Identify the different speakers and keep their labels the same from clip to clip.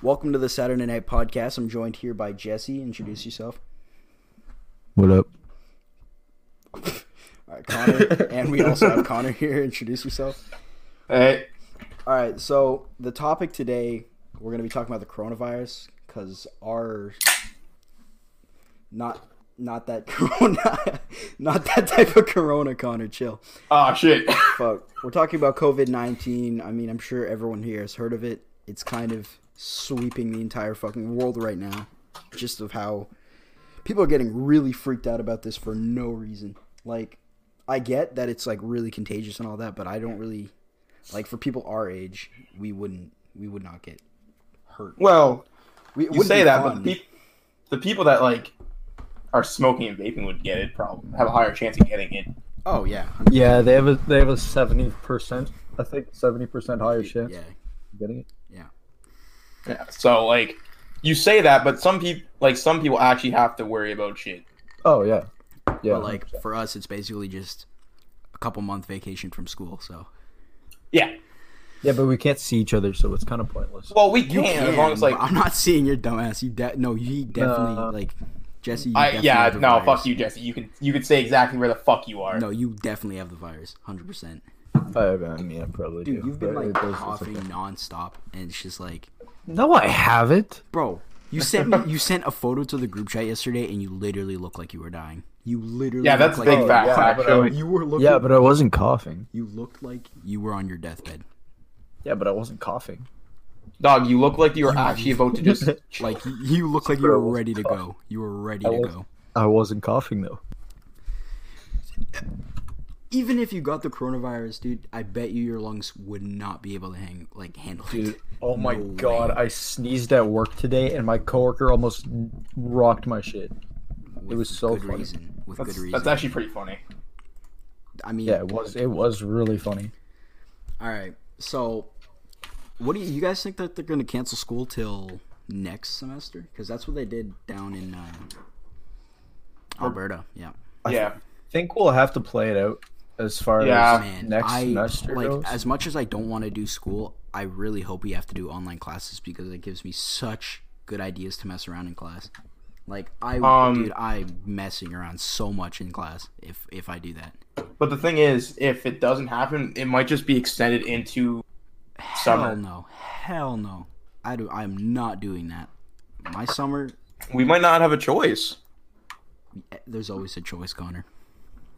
Speaker 1: Welcome to the Saturday Night Podcast. I'm joined here by Jesse. Introduce yourself.
Speaker 2: What up?
Speaker 1: All right, Connor. and we also have Connor here. Introduce yourself.
Speaker 3: Hey,
Speaker 1: All right, so the topic today, we're going to be talking about the coronavirus because our. Not. Not that corona, not that type of corona, Connor. Chill.
Speaker 3: oh shit.
Speaker 1: Fuck. We're talking about COVID 19. I mean, I'm sure everyone here has heard of it. It's kind of sweeping the entire fucking world right now, just of how people are getting really freaked out about this for no reason. Like, I get that it's like really contagious and all that, but I don't really like for people our age, we wouldn't, we would not get hurt.
Speaker 3: Well,
Speaker 1: We, it
Speaker 3: you
Speaker 1: wouldn't
Speaker 3: say
Speaker 1: be
Speaker 3: that,
Speaker 1: fun.
Speaker 3: but the, peop the people that like are smoking and vaping would get it. Probably have a higher chance of getting it.
Speaker 1: oh yeah,
Speaker 2: Yeah, they have a they have a seventy percent. I think seventy percent higher chance
Speaker 1: yeah,
Speaker 2: of getting it.
Speaker 3: Yeah. So like, you say that, but some people like some people actually have to worry about shit.
Speaker 2: Oh yeah, yeah.
Speaker 1: But like for us, it's basically just a couple month vacation from school. So
Speaker 3: Yeah.
Speaker 2: yeah, but we can't see each other, so it's kind of pointless.
Speaker 3: Well, we can, as long as
Speaker 1: but
Speaker 3: like
Speaker 1: I'm not seeing your dumbass. You de- no, he definitely
Speaker 2: No.
Speaker 1: like Jesse. You
Speaker 3: I
Speaker 1: definitely
Speaker 3: yeah
Speaker 1: have the
Speaker 3: no
Speaker 1: virus.
Speaker 3: fuck you Jesse. You can you can say exactly where the fuck you are.
Speaker 1: No, you definitely have the virus, hundred percent.
Speaker 2: I, I mean, I probably
Speaker 1: Dude,
Speaker 2: do.
Speaker 1: you've been
Speaker 2: but
Speaker 1: like
Speaker 2: it does- it's
Speaker 1: coughing
Speaker 2: okay.
Speaker 1: nonstop, and it's just like,
Speaker 2: No, I haven't.
Speaker 1: bro, you sent me, you sent a photo to the group chat yesterday, and you literally look like you were dying. You literally
Speaker 3: Yeah, that's a
Speaker 1: look
Speaker 3: big
Speaker 1: like
Speaker 3: fact.
Speaker 2: yeah, but I
Speaker 3: actually.
Speaker 1: You were looking.
Speaker 2: Yeah, but I wasn't coughing.
Speaker 1: you looked like you were on your deathbed.
Speaker 2: Yeah, but I wasn't coughing.
Speaker 3: Dog, you look like you were actually about to just
Speaker 1: Like you, you looked like you
Speaker 2: Bro,
Speaker 1: were
Speaker 2: I was
Speaker 1: ready to go. You were ready to
Speaker 2: was-
Speaker 1: go.
Speaker 2: I wasn't coughing though.
Speaker 1: Even if you got the coronavirus, dude, I bet you your lungs would not be able to hang like handle it.
Speaker 2: Oh my
Speaker 1: No
Speaker 2: god,
Speaker 1: way.
Speaker 2: I sneezed at work today, and my coworker almost rocked my shit.
Speaker 1: With
Speaker 2: was so
Speaker 1: good
Speaker 2: funny.
Speaker 1: reason. With
Speaker 3: that's,
Speaker 1: good reason.
Speaker 3: that's actually pretty funny.
Speaker 1: I mean,
Speaker 2: Yeah, it was it was really funny.
Speaker 1: all right. So, what do you, you guys think that they're going to cancel school till next semester? Because that's what they did down in uh, Alberta. Yeah,
Speaker 3: Yeah.
Speaker 2: think we'll have to play it out as far
Speaker 3: Yeah.
Speaker 2: as
Speaker 1: man.
Speaker 2: next
Speaker 1: I
Speaker 2: semester
Speaker 1: like
Speaker 2: goes.
Speaker 1: as much as I don't want to do school. I really hope we have to do online classes because it gives me such good ideas to mess around in class. Like I,
Speaker 3: Um,
Speaker 1: dude, I'm messing around so much in class. If if I do that,
Speaker 3: But the thing is, if it doesn't happen, it might just be extended into
Speaker 1: Hell
Speaker 3: summer.
Speaker 1: no. Hell no. I do I am not doing that. My summer eh,
Speaker 3: We might not have a choice.
Speaker 1: there's always a choice, Connor.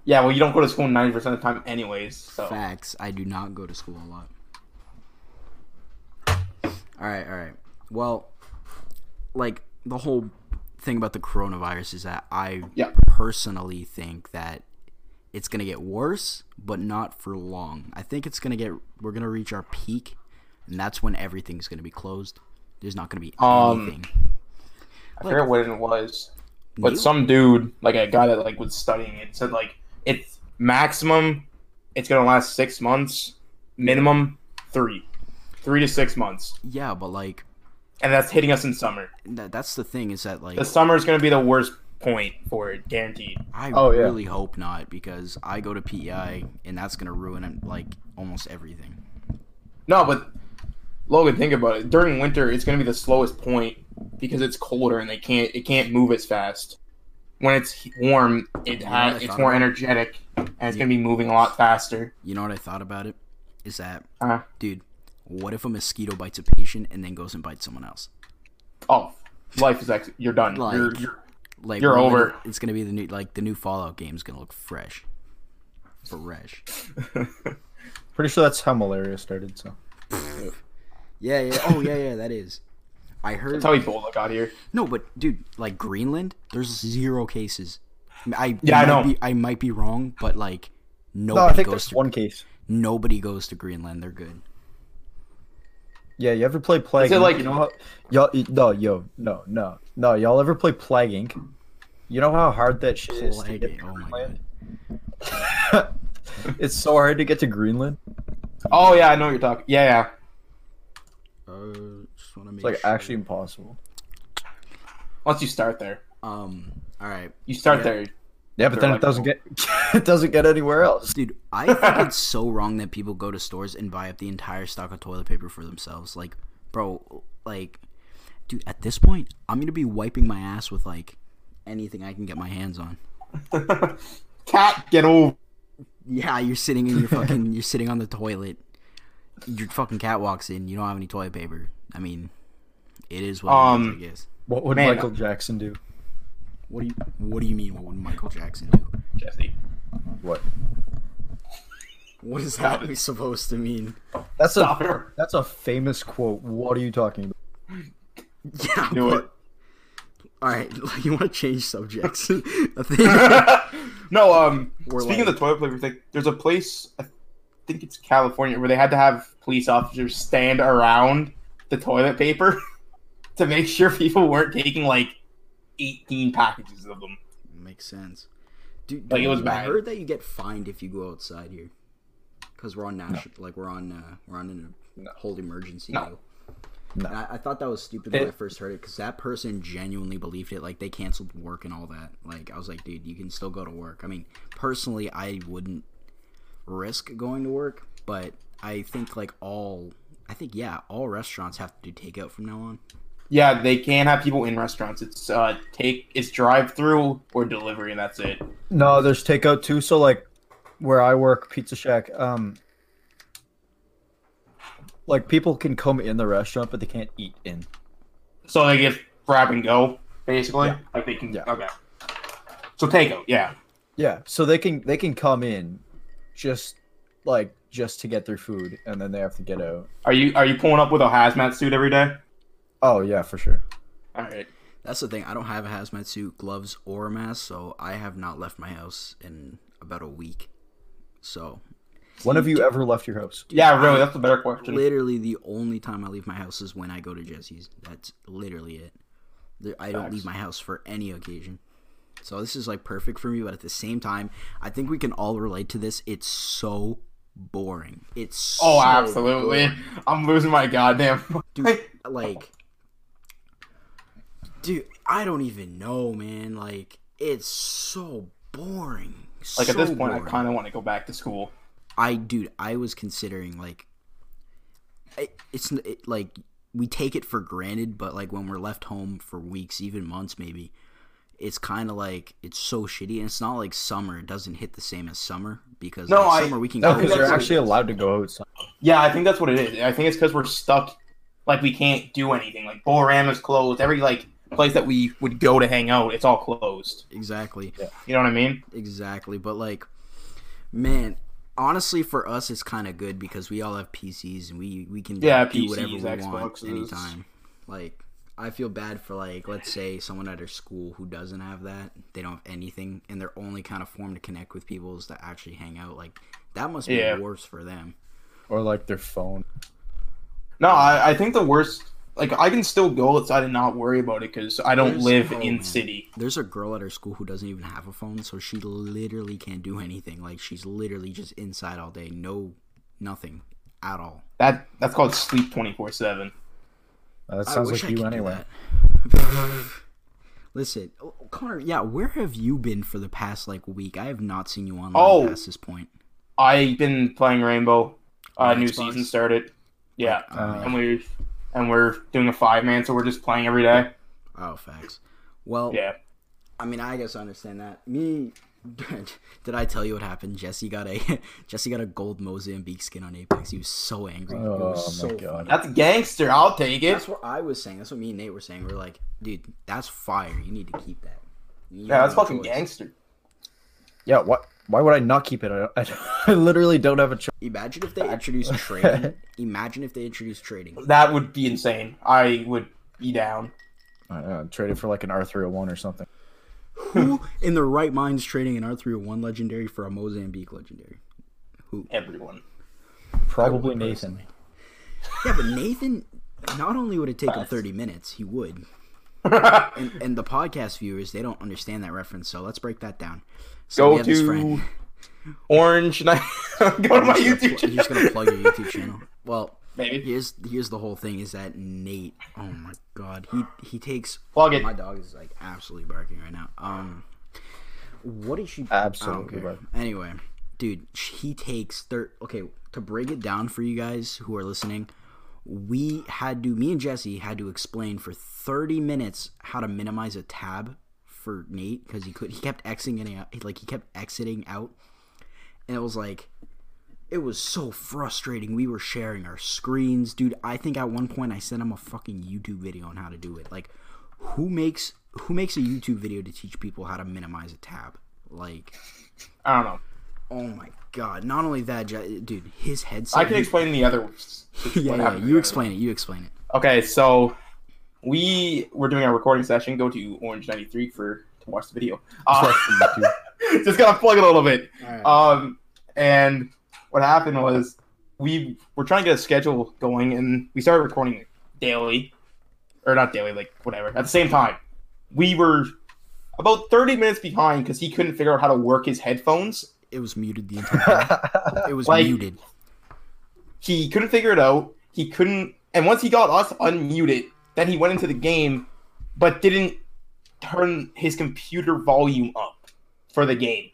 Speaker 3: Yeah, well, you don't go to school ninety percent of the time, anyways. So
Speaker 1: Facts. I do not go to school a lot. Alright, alright. Well like the whole thing about the coronavirus is that I
Speaker 3: Yeah.
Speaker 1: personally think that it's gonna get worse, but not for long. I think it's gonna get we're gonna reach our peak and that's when everything's gonna be closed. There's not gonna be
Speaker 3: Um,
Speaker 1: anything.
Speaker 3: I forget what it was, but
Speaker 1: Neil?
Speaker 3: some dude, like a guy that like was studying it, said like it's maximum, it's gonna last six months, minimum three, three to six months,
Speaker 1: yeah, but like
Speaker 3: and that's hitting us in summer.
Speaker 1: that, that's the thing is that like
Speaker 3: The summer is gonna be the worst point for it, guaranteed.
Speaker 1: I
Speaker 2: Oh, yeah.
Speaker 1: really hope not because I go to PEI and that's gonna ruin um, like almost everything.
Speaker 3: No, but Logan, think about it. During winter, it's going to be the slowest point because it's colder and they can't it can't move as fast. When it's he- warm,
Speaker 1: You
Speaker 3: it
Speaker 1: know
Speaker 3: ha-
Speaker 1: what I
Speaker 3: it's
Speaker 1: thought
Speaker 3: more
Speaker 1: about?
Speaker 3: energetic and it's going to be moving a lot faster.
Speaker 1: You know what I thought about it is that
Speaker 2: Uh-huh.
Speaker 3: Uh,
Speaker 1: dude, what if a mosquito bites a patient and then goes and bites someone else?
Speaker 3: oh, life is ex- you're done.
Speaker 1: Like-
Speaker 3: you're, you're,
Speaker 1: Like
Speaker 3: You're
Speaker 1: we're
Speaker 3: over.
Speaker 1: gonna- It's gonna be the new like the new Fallout game's gonna look fresh, fresh.
Speaker 2: Pretty sure that's how malaria started. So
Speaker 1: Yeah, yeah. Oh yeah, yeah. That is. I heard
Speaker 3: that's how Ebola got here.
Speaker 1: no, but dude, like Greenland, there's zero cases. I
Speaker 3: Yeah, I
Speaker 1: might
Speaker 3: know.
Speaker 1: Be, I might be wrong, but like
Speaker 2: no,
Speaker 1: nobody
Speaker 2: I think
Speaker 1: goes
Speaker 2: there's
Speaker 1: to
Speaker 2: one case.
Speaker 1: nobody goes to Greenland. They're good.
Speaker 2: Yeah, you ever play Plague?
Speaker 3: Is it
Speaker 2: Inc?
Speaker 3: like-
Speaker 2: you know how, y'all? y- No, yo, no, no, no. Y'all ever play Plague Inc? You know how hard that shit is to
Speaker 1: Plague
Speaker 2: get
Speaker 1: Inc,
Speaker 2: to
Speaker 1: oh my
Speaker 2: Greenland. it's so hard to get to Greenland.
Speaker 3: Oh yeah, I know what you're talking. Yeah, yeah.
Speaker 1: Uh, just want to make
Speaker 2: It's like
Speaker 1: sure.
Speaker 2: actually impossible.
Speaker 3: Once you start there,
Speaker 1: Um. All right,
Speaker 3: you start
Speaker 1: Yeah.
Speaker 3: there.
Speaker 2: Yeah, but then
Speaker 3: They're
Speaker 2: it doesn't get it doesn't get anywhere else.
Speaker 1: dude. I think it's so wrong that people go to stores and buy up the entire stock of toilet paper for themselves. Like, bro, like dude, at this point, I'm gonna be wiping my ass with like anything I can get my hands on.
Speaker 3: Cat, get over.
Speaker 1: Yeah, you're sitting in your fucking, you're sitting on the toilet. Your fucking cat walks in. You don't have any toilet paper. I mean, it is what
Speaker 3: Um,
Speaker 1: it is, I guess.
Speaker 2: What would
Speaker 3: Man,
Speaker 2: Michael Jackson do?
Speaker 1: What do you What do you mean? What would Michael Jackson do?
Speaker 3: Jesse.
Speaker 2: What?
Speaker 1: What is that supposed to mean?
Speaker 2: That's
Speaker 3: Stop
Speaker 2: a
Speaker 3: it.
Speaker 2: that's a famous quote. What are you talking about?
Speaker 1: Yeah,
Speaker 3: Do
Speaker 1: but-
Speaker 3: it.
Speaker 1: all right. Like, you want to change subjects? I think-
Speaker 3: no, um,
Speaker 1: We're
Speaker 3: speaking of the toilet paper thing, there's a place, I think it's California, where they had to have police officers stand around the toilet paper to make sure people weren't taking like 18 packages of them.
Speaker 1: makes sense. Dude,
Speaker 3: Like, it was
Speaker 1: I
Speaker 3: bad.
Speaker 1: heard that you get fined if you go outside here, because we're on national, like we're on, uh, we're on an
Speaker 2: No.
Speaker 1: whole emergency.
Speaker 3: No.
Speaker 1: though.
Speaker 2: No.
Speaker 1: And I, I thought that was stupid when
Speaker 2: It-
Speaker 1: I first heard it because that person genuinely believed it. Like they canceled work and all that. Like I was like, dude, you can still go to work. I mean, personally, I wouldn't risk going to work, but I think like all, I think yeah, all restaurants have to do takeout from now on.
Speaker 3: Yeah, they can't have people in restaurants. It's uh, take, it's drive through or delivery, and that's it.
Speaker 2: No, there's takeout too. So like, where I work, Pizza Shack, um, like people can come in the restaurant, but they can't eat in.
Speaker 3: So they get grab and go, basically.
Speaker 2: Yeah.
Speaker 3: Like they can,
Speaker 2: Yeah.
Speaker 3: okay. So takeout, yeah.
Speaker 2: Yeah, so they can they can come in, just like just to get their food, and then they have to get out.
Speaker 3: Are you are you pulling up with a hazmat suit every day?
Speaker 2: Oh yeah, for sure.
Speaker 3: All right.
Speaker 1: That's the thing. I don't have a hazmat suit, gloves, or a mask, so I have not left my house in about a week. So
Speaker 2: When have you ever left your house?
Speaker 3: Yeah, really, that's a better question.
Speaker 1: literally, the only time I leave my house is when I go to Jesse's. That's literally it. There- I don't leave
Speaker 3: Facts.
Speaker 1: my house for any occasion. So this is like perfect for me, but at the same time, I think we can all relate to this. It's so boring. It's
Speaker 3: Oh,
Speaker 1: so
Speaker 3: absolutely. I'm losing my goddamn.
Speaker 1: dude like dude i don't even know man like it's so boring
Speaker 3: Like at this point, I kind of want to go back to school.
Speaker 1: i dude i was considering like I it's n- it, like we take it for granted but like when we're left home for weeks even months maybe it's kind of like it's so shitty and it's not like summer it doesn't hit the same as summer because
Speaker 3: No,
Speaker 1: like,
Speaker 3: I-
Speaker 1: summer we can
Speaker 2: No,
Speaker 1: go
Speaker 2: because
Speaker 3: that's
Speaker 2: you're
Speaker 1: outside.
Speaker 3: what it
Speaker 2: actually allowed to go outside.
Speaker 3: Yeah, I think that's what it is. I think it's because we're stuck. Like we can't do anything. Like Borama's closed. Every like place that we would go to hang out, it's all closed.
Speaker 1: exactly
Speaker 3: You know what I mean?
Speaker 1: exactly but like man honestly for us it's kind of good because we all have pcs and we we can like,
Speaker 3: Yeah,
Speaker 1: do whatever we
Speaker 3: PCs,
Speaker 1: want
Speaker 3: Xboxes.
Speaker 1: anytime like i feel bad for like let's say someone at our school who doesn't have that they don't have anything and their only kind of form to connect with people is to actually hang out like that must be
Speaker 3: Yeah.
Speaker 1: worse for them
Speaker 2: or like their phone.
Speaker 3: No, I, I think the worst. Like I can still go outside and not worry about it because I don't
Speaker 1: There's-
Speaker 3: live
Speaker 1: oh,
Speaker 3: in
Speaker 1: man.
Speaker 3: city.
Speaker 1: there's a girl at our school who doesn't even have a phone so she literally can't do anything like she's literally just inside all day no nothing at all
Speaker 3: That that's called sleep twenty four seven.
Speaker 2: Uh, that
Speaker 1: I
Speaker 2: sounds
Speaker 1: wish
Speaker 2: like
Speaker 1: I
Speaker 2: you
Speaker 1: could do
Speaker 2: anyway.
Speaker 1: that. Listen, oh, Connor. Yeah, where have you been for the past like week? I have not seen you online
Speaker 3: Oh.
Speaker 1: past this point.
Speaker 3: I've been playing Rainbow. Uh,
Speaker 1: On
Speaker 3: new
Speaker 1: Xbox?
Speaker 3: season started. Yeah,
Speaker 1: Uh,
Speaker 3: and we and we're doing a five man, so we're just playing every day.
Speaker 1: oh, facts. Well,
Speaker 3: Yeah.
Speaker 1: I mean, I guess I understand that. Me, did I tell you what happened? Jesse got a Jesse got a gold Mozambique skin on Apex. He was so angry. It
Speaker 2: Oh
Speaker 1: was
Speaker 2: my
Speaker 1: so funny.
Speaker 2: God.
Speaker 3: That's gangster. I'll take it.
Speaker 1: That's what I was saying. That's what me and Nate were saying. We are like, dude, that's fire. You need to keep that. You
Speaker 3: Yeah,
Speaker 1: have
Speaker 3: that's
Speaker 1: no
Speaker 3: fucking
Speaker 1: choice.
Speaker 3: gangster.
Speaker 2: Yeah, what? Why would I not keep it? I, I, I literally don't have a choice.
Speaker 1: Imagine if they introduced trading. Imagine if they introduced trading.
Speaker 3: That would be insane. I would be down.
Speaker 2: I don't know, traded for like an R three hundred one or something.
Speaker 1: Who in their right mind's trading an R301 legendary for a Mozambique legendary?
Speaker 3: Everyone.
Speaker 2: Probably Nathan.
Speaker 1: Yeah, but Nathan, not only would it take him 30 minutes, he would. And, and the podcast viewers, they don't understand that reference, so let's break that down. So
Speaker 3: Go
Speaker 1: we have this
Speaker 3: to
Speaker 1: friend.
Speaker 3: Orange. And I go to my
Speaker 1: You're
Speaker 3: YouTube
Speaker 1: just
Speaker 3: channel.
Speaker 1: going to plug your YouTube channel. Well,
Speaker 3: Maybe
Speaker 1: here's here's the whole thing is that Nate, oh my god, he he takes
Speaker 3: plug it.
Speaker 1: my dog is like absolutely barking right now. Um what did she
Speaker 2: Absolutely,
Speaker 1: I don't care. Anyway, dude, he takes thir- okay, to break it down for you guys who are listening, we had to me and Jesse had to explain for 30 minutes how to minimize a tab for Nate because he could he kept exiting out like he kept exiting out and it was like it was so frustrating we were sharing our screens dude I think at one point I sent him a fucking YouTube video on how to do it like who makes who makes a YouTube video to teach people how to minimize a tab like
Speaker 3: I don't know.
Speaker 1: oh my god not only that Je- dude his headset
Speaker 3: I can explain the other. ones.
Speaker 1: yeah,
Speaker 3: what
Speaker 1: yeah
Speaker 3: happened
Speaker 1: you
Speaker 3: there.
Speaker 1: explain it you explain it
Speaker 3: Okay, so we were doing our recording session. Go to Orange ninety three for to watch the video. Uh, just gotta plug it a little bit.
Speaker 1: Uh,
Speaker 3: Um, and what happened was we were trying to get a schedule going, and we started recording daily, or not daily, like whatever. At the same time, we were about thirty minutes behind because he couldn't figure out how to work his headphones.
Speaker 1: it was muted the entire time It was
Speaker 3: Like-
Speaker 1: muted.
Speaker 3: He couldn't figure it out. He couldn't, and once he got us unmuted, then he went into the game, but didn't turn his computer volume up for the game.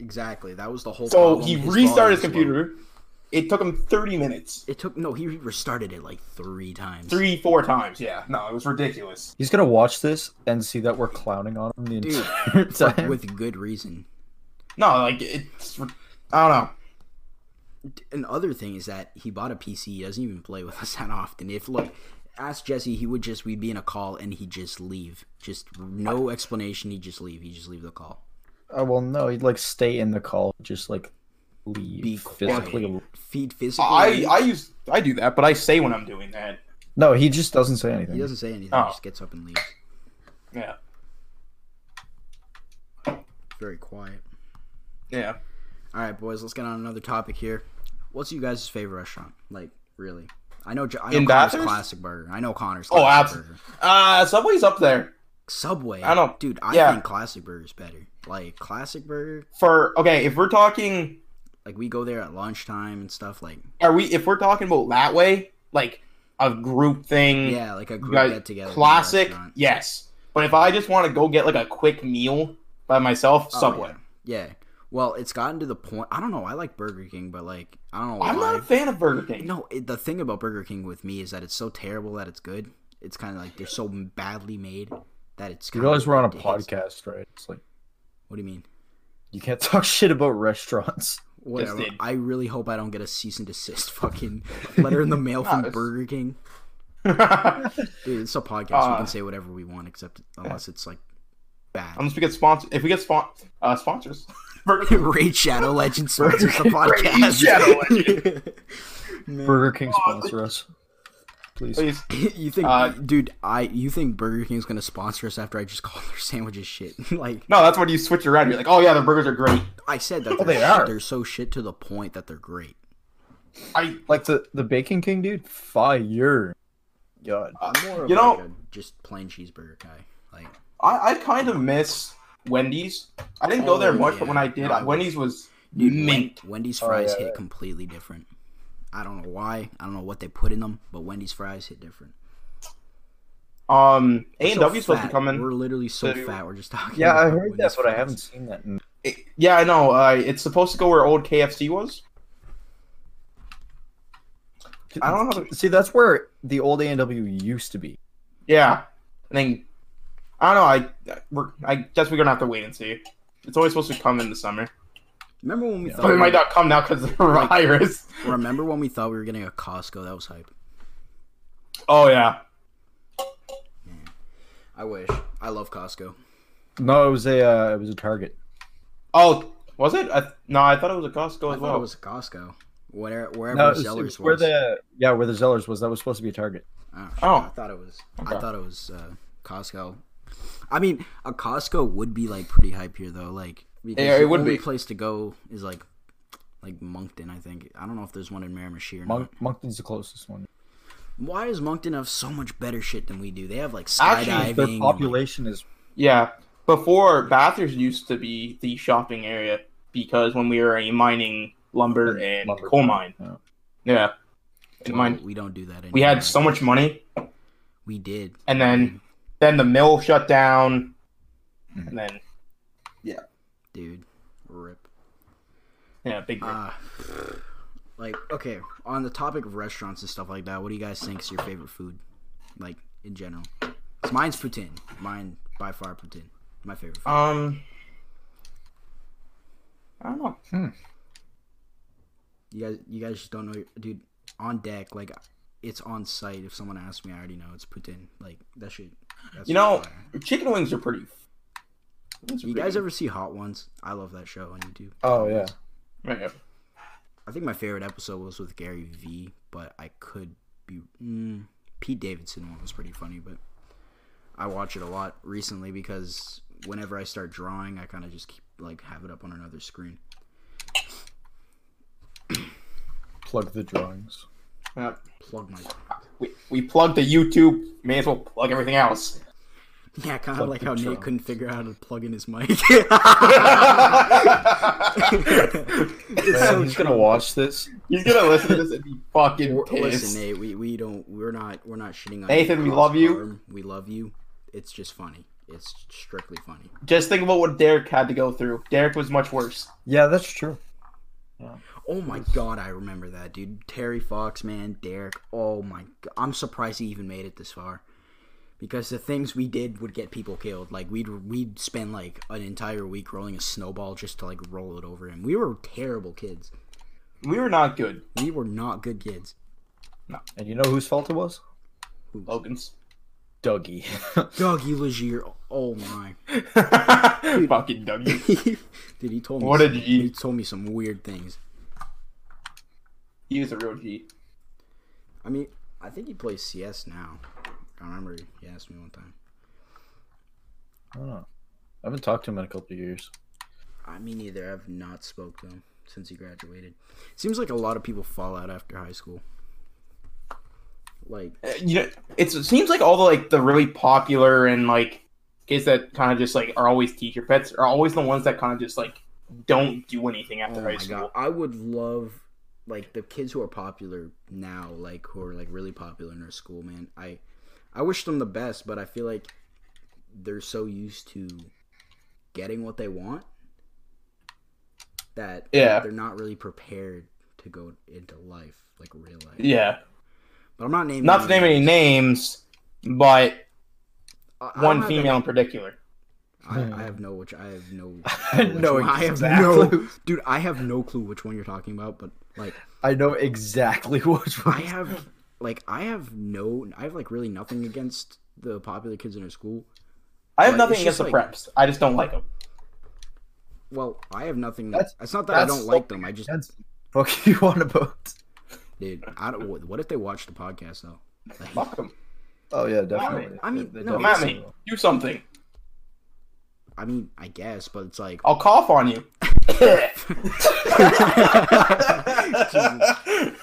Speaker 1: Exactly. That was the whole.
Speaker 3: So
Speaker 1: problem.
Speaker 3: he
Speaker 1: His
Speaker 3: restarted his
Speaker 1: volume was low.
Speaker 3: computer. It took him 30 minutes.
Speaker 1: It took no. He restarted it like three times.
Speaker 3: Three, four times. Yeah. No, it was ridiculous.
Speaker 2: He's gonna watch this and see that we're clowning on him the
Speaker 1: Dude,
Speaker 2: entire
Speaker 1: But
Speaker 2: time.
Speaker 1: with good reason.
Speaker 3: No, like, it's. I don't know.
Speaker 1: Another thing is that he bought a PC. He doesn't even play with us that often. If look, ask Jesse, he would just we'd be in a call and he'd just leave. Just no explanation. He'd just leave. He'd just leave the call.
Speaker 2: oh well, no, he'd like stay in the call, just like leave
Speaker 1: Be
Speaker 2: physically.
Speaker 1: quiet. Feed physically.
Speaker 3: I, I use. I do that, but I say when I'm doing that.
Speaker 2: No, he just doesn't say anything.
Speaker 1: he doesn't say anything.
Speaker 3: Oh.
Speaker 1: He just gets up and leaves.
Speaker 3: Yeah.
Speaker 1: Very quiet.
Speaker 3: Yeah.
Speaker 1: All right, boys. Let's get on another topic here. What's you guys' favorite restaurant? Like, really? I know. J- I know
Speaker 3: In
Speaker 1: Connor's
Speaker 3: Bathurst?
Speaker 1: classic burger. I know Connor's.
Speaker 3: Oh,
Speaker 1: Classic
Speaker 3: abs-
Speaker 1: Burger.
Speaker 3: Uh, Subway's up there.
Speaker 1: Subway.
Speaker 3: I don't-
Speaker 1: dude. I
Speaker 3: yeah.
Speaker 1: think classic burger's better. Like classic burger.
Speaker 3: For. Okay, if we're talking.
Speaker 1: Like we go there at lunchtime and stuff. Like
Speaker 3: Are we. If we're talking about that way, like a group thing.
Speaker 1: yeah, like a
Speaker 3: Mm. you
Speaker 1: group
Speaker 3: guys-
Speaker 1: get together.
Speaker 3: classic. Yes. But if I just want to go get, like, a quick meal by myself, Subway.
Speaker 1: Oh, Yeah. Well, it's gotten to the point. I don't know. I like Burger King, but like I don't know why.
Speaker 3: I'm not a fan of Burger King.
Speaker 1: no, it, the thing about Burger King with me is that it's so terrible that it's good. It's kind of like they're so badly made that it's.
Speaker 2: You
Speaker 1: kinda
Speaker 2: realize we're on a
Speaker 1: ridiculous.
Speaker 2: podcast, right? It's like
Speaker 1: What do you mean?
Speaker 2: you can't talk shit about restaurants.
Speaker 1: Whatever.
Speaker 3: did.
Speaker 1: I really hope I don't get a cease and desist fucking letter in the mail from
Speaker 3: Nah, it's-
Speaker 1: Burger King. Dude, it's a podcast. we
Speaker 3: Uh,
Speaker 1: can say whatever we want, except unless it's like bad.
Speaker 3: Unless we get sponsor, if we get spon- uh, sponsors, Burger King
Speaker 1: Raid Shadow Legends sponsors the
Speaker 3: Raid
Speaker 1: podcast.
Speaker 3: Shadow
Speaker 2: Burger King sponsor us,
Speaker 1: Oh,
Speaker 2: please.
Speaker 3: please.
Speaker 1: you think,
Speaker 3: Uh,
Speaker 1: dude? I you think Burger King's gonna sponsor us after I just called their sandwiches shit? like
Speaker 3: No, that's when you switch around. You're like, oh yeah, the burgers are great.
Speaker 1: I said that
Speaker 2: Oh,
Speaker 1: they're
Speaker 2: they are.
Speaker 1: they're so shit to the point that they're great.
Speaker 3: I
Speaker 2: Like the the Bacon King dude, fire. God,
Speaker 1: I'm more of
Speaker 3: You
Speaker 1: like
Speaker 3: know-
Speaker 1: a just plain cheeseburger guy. Like
Speaker 3: I, I kind of miss Wendy's. I didn't go there
Speaker 1: Oh,
Speaker 3: much,
Speaker 1: yeah.
Speaker 3: but when I did, I, Wendy's was
Speaker 1: Dude, Wen-
Speaker 3: mint.
Speaker 1: Wendy's
Speaker 2: Oh,
Speaker 1: fries
Speaker 2: yeah,
Speaker 1: hit completely different. I don't know why. I don't know what they put in them, but Wendy's fries hit different.
Speaker 3: Um, A
Speaker 1: We're
Speaker 3: and
Speaker 1: so
Speaker 3: W's supposed to
Speaker 1: fat.
Speaker 3: be coming.
Speaker 1: We're literally so
Speaker 3: So-
Speaker 1: fat. We're just talking.
Speaker 2: yeah, I
Speaker 1: about
Speaker 2: heard that,
Speaker 1: Wendy's
Speaker 2: but I
Speaker 1: fries.
Speaker 2: haven't seen that. In...
Speaker 3: It- yeah, I know. Uh, it's supposed to go where old KFC was. I don't know.
Speaker 2: See, that's where the old A and W used to be.
Speaker 3: Yeah, I think I don't know. I we're, I guess we're gonna have to wait and see. It's always supposed to come in the summer,
Speaker 1: Remember when we
Speaker 2: Yeah.
Speaker 1: thought?
Speaker 3: but
Speaker 1: We
Speaker 3: it might not come now because of the virus.
Speaker 1: remember when we thought we were getting a Costco? That was hype.
Speaker 3: Oh yeah.
Speaker 1: I wish. I love Costco.
Speaker 2: No, it was a uh, it was a Target.
Speaker 3: Oh, was it? I, no, I thought it was a Costco
Speaker 1: I thought
Speaker 3: as well.
Speaker 1: it was a Costco. Where, wherever
Speaker 2: No, it was, it
Speaker 1: Zellers was.
Speaker 2: was where the yeah where the Zellers was. That was supposed to be a Target.
Speaker 1: Oh,
Speaker 3: Oh.
Speaker 1: I thought it was. I
Speaker 3: Okay.
Speaker 1: thought it was uh, Costco. I mean, a Costco would be like pretty hype here though. Like, because
Speaker 3: Yeah, it
Speaker 1: the
Speaker 3: would
Speaker 1: only
Speaker 3: be.
Speaker 1: place to go is like, like Moncton. I think. I don't know if there's one in Miramichi or
Speaker 2: Monk, Moncton's the closest one.
Speaker 1: not. Why does Moncton have so much better shit than we do? They have like skydiving.
Speaker 3: Actually,
Speaker 1: and,
Speaker 2: Their
Speaker 1: like-
Speaker 2: population is
Speaker 3: yeah, before Bathurst used to be the shopping area because when we were a mining lumber and
Speaker 2: Lumber.
Speaker 3: coal mine.
Speaker 2: Yeah.
Speaker 3: Yeah, and
Speaker 1: Well,
Speaker 3: mine.
Speaker 1: we don't do that anymore.
Speaker 3: We had so much money,
Speaker 1: We did.
Speaker 3: and then then the mill shut down, and then
Speaker 1: dude. Rip.
Speaker 3: yeah, big.
Speaker 1: Uh, Like, okay, on the topic of restaurants and stuff like that, what do you guys think is your favorite food? Like, in general? 'Cause mine's poutine. Mine, by far, poutine. My favorite food.
Speaker 3: Um, I don't know.
Speaker 1: You guys, you guys just don't know, dude. On deck, like it's on site. If someone asks me, I already know it's Putin. Like that shit. That's
Speaker 3: You know,
Speaker 1: fire.
Speaker 3: chicken wings are pretty. wings are
Speaker 1: you
Speaker 3: pretty
Speaker 1: guys
Speaker 3: good.
Speaker 1: ever see Hot Ones? I love that show on YouTube.
Speaker 2: Oh yeah.
Speaker 3: Right, yeah.
Speaker 1: I think my favorite episode was with Gary V, but I could be mm, Pete Davidson one was pretty funny, but I watch it a lot recently because whenever I start drawing, I kind of just keep like have it up on another screen.
Speaker 2: Plug the drawings.
Speaker 3: Yep.
Speaker 1: Plug my
Speaker 3: we, we plugged the YouTube, may as well plug everything else.
Speaker 1: yeah, kind of
Speaker 2: Plug
Speaker 1: like
Speaker 2: the
Speaker 1: how Nate
Speaker 2: drawings.
Speaker 1: couldn't figure out how to plug in his mic.
Speaker 2: Man,
Speaker 1: so
Speaker 2: he's gonna watch this.
Speaker 3: He's gonna listen to this and be fucking
Speaker 1: We're-
Speaker 3: pissed.
Speaker 1: Listen, Nate, we, we don't we're not we're not shitting on
Speaker 3: Nathan,
Speaker 1: you.
Speaker 3: we love you.
Speaker 1: Harm. We love you. It's just funny. It's strictly funny.
Speaker 3: Just think about what Derek had to go through. Derek was much worse.
Speaker 2: Yeah, that's true.
Speaker 1: Oh my god, I remember that dude. Terry Fox, man, Derek. Oh my god, I'm surprised he even made it this far. Because the things we did would get people killed. Like we'd we'd spend like an entire week rolling a snowball just to like roll it over him. We were terrible kids.
Speaker 3: We were not good,
Speaker 1: We were not good kids.
Speaker 2: And you know whose fault it was? Oh.
Speaker 3: Logan's.
Speaker 2: Dougie.
Speaker 1: Dougie Legier. Oh my.
Speaker 3: fucking Dougie.
Speaker 1: dude, he told me
Speaker 3: What a
Speaker 1: some-
Speaker 3: G.
Speaker 1: he told me some weird things.
Speaker 3: He was a real G.
Speaker 1: I mean, I think he plays CS now. I remember he asked me one time.
Speaker 2: I don't know. I haven't talked to him in a couple of years.
Speaker 1: I mean, either I've not spoke to him since he graduated. Seems like a lot of people fall out after high school. Like,
Speaker 3: Uh, You know, it's, it seems like all the like the really popular and like kids that kind of just like are always teacher pets are always the ones that kind of just like don't do anything after
Speaker 1: oh
Speaker 3: high
Speaker 1: my
Speaker 3: school.
Speaker 1: god, I would love like the kids who are popular now, like who are like really popular in their school, man. I I wish them the best, but I feel like they're so used to getting what they want that
Speaker 3: Yeah.
Speaker 1: they're not really prepared to go into life, like real life.
Speaker 3: Yeah,
Speaker 1: But I'm not naming
Speaker 3: not to name any names, but
Speaker 1: I- I
Speaker 3: one
Speaker 1: don't have any-
Speaker 3: female in particular.
Speaker 1: I, I have no which I have no.
Speaker 2: I
Speaker 1: which
Speaker 2: know
Speaker 1: one- I have
Speaker 2: exactly.
Speaker 1: no, dude. I have no clue which one you're talking about, but like
Speaker 2: I know exactly which
Speaker 1: I
Speaker 2: one.
Speaker 1: have, like I have no, I have like really nothing against the popular kids in our school.
Speaker 3: I have
Speaker 1: Like,
Speaker 3: nothing
Speaker 1: it's
Speaker 3: against
Speaker 1: just
Speaker 3: the
Speaker 1: like-
Speaker 3: preps. I just don't like them.
Speaker 1: Well, I have nothing. That,
Speaker 2: That's-
Speaker 1: it's not that I
Speaker 2: that's
Speaker 1: don't like them. I just,
Speaker 2: That's fuck you on about.
Speaker 1: dude, I don't. what- What if they watch the podcast though? Like,
Speaker 3: Fuck them.
Speaker 2: Oh yeah, definitely.
Speaker 1: I mean,
Speaker 2: They- they
Speaker 1: no,
Speaker 3: Come
Speaker 2: don't
Speaker 3: at
Speaker 1: listen.
Speaker 2: listen
Speaker 3: me.
Speaker 2: well.
Speaker 3: Do something.
Speaker 1: I mean, I guess, but it's like,
Speaker 3: I'll cough on you.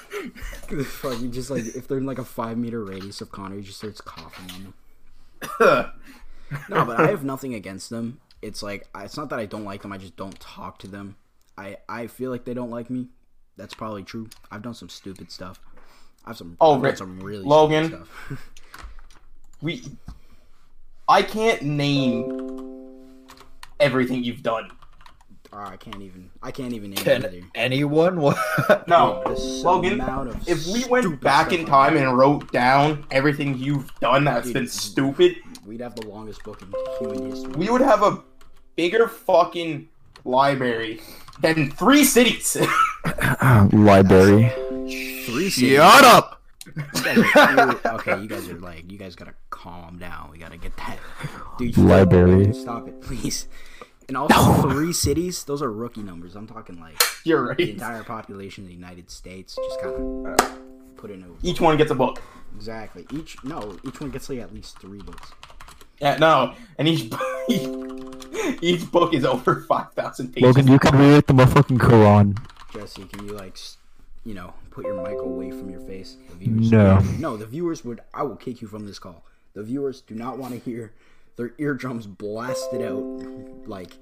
Speaker 1: fucking just like if they're in like a five meter radius of Connor, he just starts coughing on them. No, but I have nothing against them. It's like I- it's not that I don't like them. I just don't talk to them. I I feel like they don't like me. That's probably true. I've done some stupid stuff. I've some
Speaker 3: Oh,
Speaker 1: I've
Speaker 3: Rick-
Speaker 1: done some really
Speaker 3: Logan.
Speaker 1: stupid stuff.
Speaker 3: we, I can't name everything you've done.
Speaker 1: Ah, I can't even. I can't even name it either.
Speaker 2: Can anyone? What?
Speaker 3: No,
Speaker 1: The s-
Speaker 3: Logan.
Speaker 1: amount of
Speaker 3: If we went
Speaker 1: Oh, stupid
Speaker 3: back
Speaker 1: stuff
Speaker 3: in
Speaker 1: I've
Speaker 3: time and wrote down everything you've done that's
Speaker 1: Dude.
Speaker 3: been stupid,
Speaker 1: done, we'd have the longest book in human history.
Speaker 3: we would have a bigger fucking library than three cities.
Speaker 2: Library.
Speaker 1: Three cities.
Speaker 2: Shut up.
Speaker 1: You guys are- you- okay, you guys are like, you guys gotta calm down. We gotta get that. Dude, you-
Speaker 2: Library.
Speaker 1: Stop it, please. And also, three cities, those are rookie numbers. I'm talking like
Speaker 3: You're
Speaker 1: the
Speaker 3: right.
Speaker 1: entire population of the United States. Just kind of put in a.
Speaker 3: Each one gets a book.
Speaker 1: Exactly. Each, no, each one gets like at least three books.
Speaker 3: Yeah, no, and each each book is over five thousand pages.
Speaker 4: you can read the motherfucking Quran.
Speaker 1: Jesse, can you like, s- you know, put your mic away from your face? The viewers.
Speaker 4: No.
Speaker 1: No, the viewers would. I will kick you from this call. The viewers do not want to hear their eardrums blasted out. Like,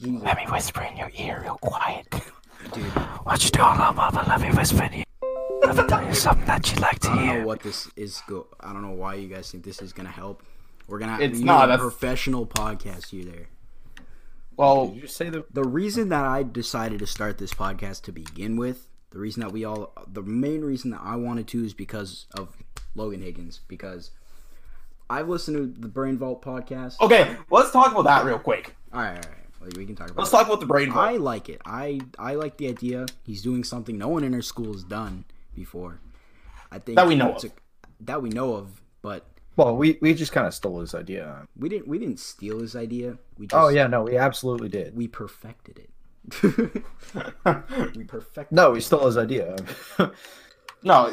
Speaker 1: Jesus.
Speaker 4: Let me whisper in your ear real quiet.
Speaker 1: Dude.
Speaker 4: What you doing, little mama? Let me whisper in your Let me tell you something that you like to
Speaker 1: I don't know
Speaker 4: hear.
Speaker 1: what this is. Go. I don't know why you guys think this is gonna help. We're gonna.
Speaker 3: It's
Speaker 1: we need
Speaker 3: not,
Speaker 1: A
Speaker 3: that's-
Speaker 1: professional podcast here. There.
Speaker 3: Well,
Speaker 2: Did you say the?
Speaker 1: The reason that I decided to start this podcast to begin with The reason that we all, the main reason that I wanted to is because of Logan Higgins. Because I've listened to the Brain Vault podcast.
Speaker 3: Okay, let's talk about that real quick.
Speaker 1: All right, all right, like, we can talk about.
Speaker 3: Let's
Speaker 1: it.
Speaker 3: talk about the brain.
Speaker 1: I like it. I I like the idea. He's doing something no one in our school has done before. I think
Speaker 3: That we know
Speaker 1: it's
Speaker 3: of.
Speaker 1: a- that we know of, but
Speaker 2: Well, we, we just kind of stole his idea.
Speaker 1: we didn't we didn't steal his idea. We just
Speaker 2: Oh yeah, no, we absolutely did.
Speaker 1: we perfected it. we perfected.
Speaker 2: No, we stole his idea.
Speaker 3: no,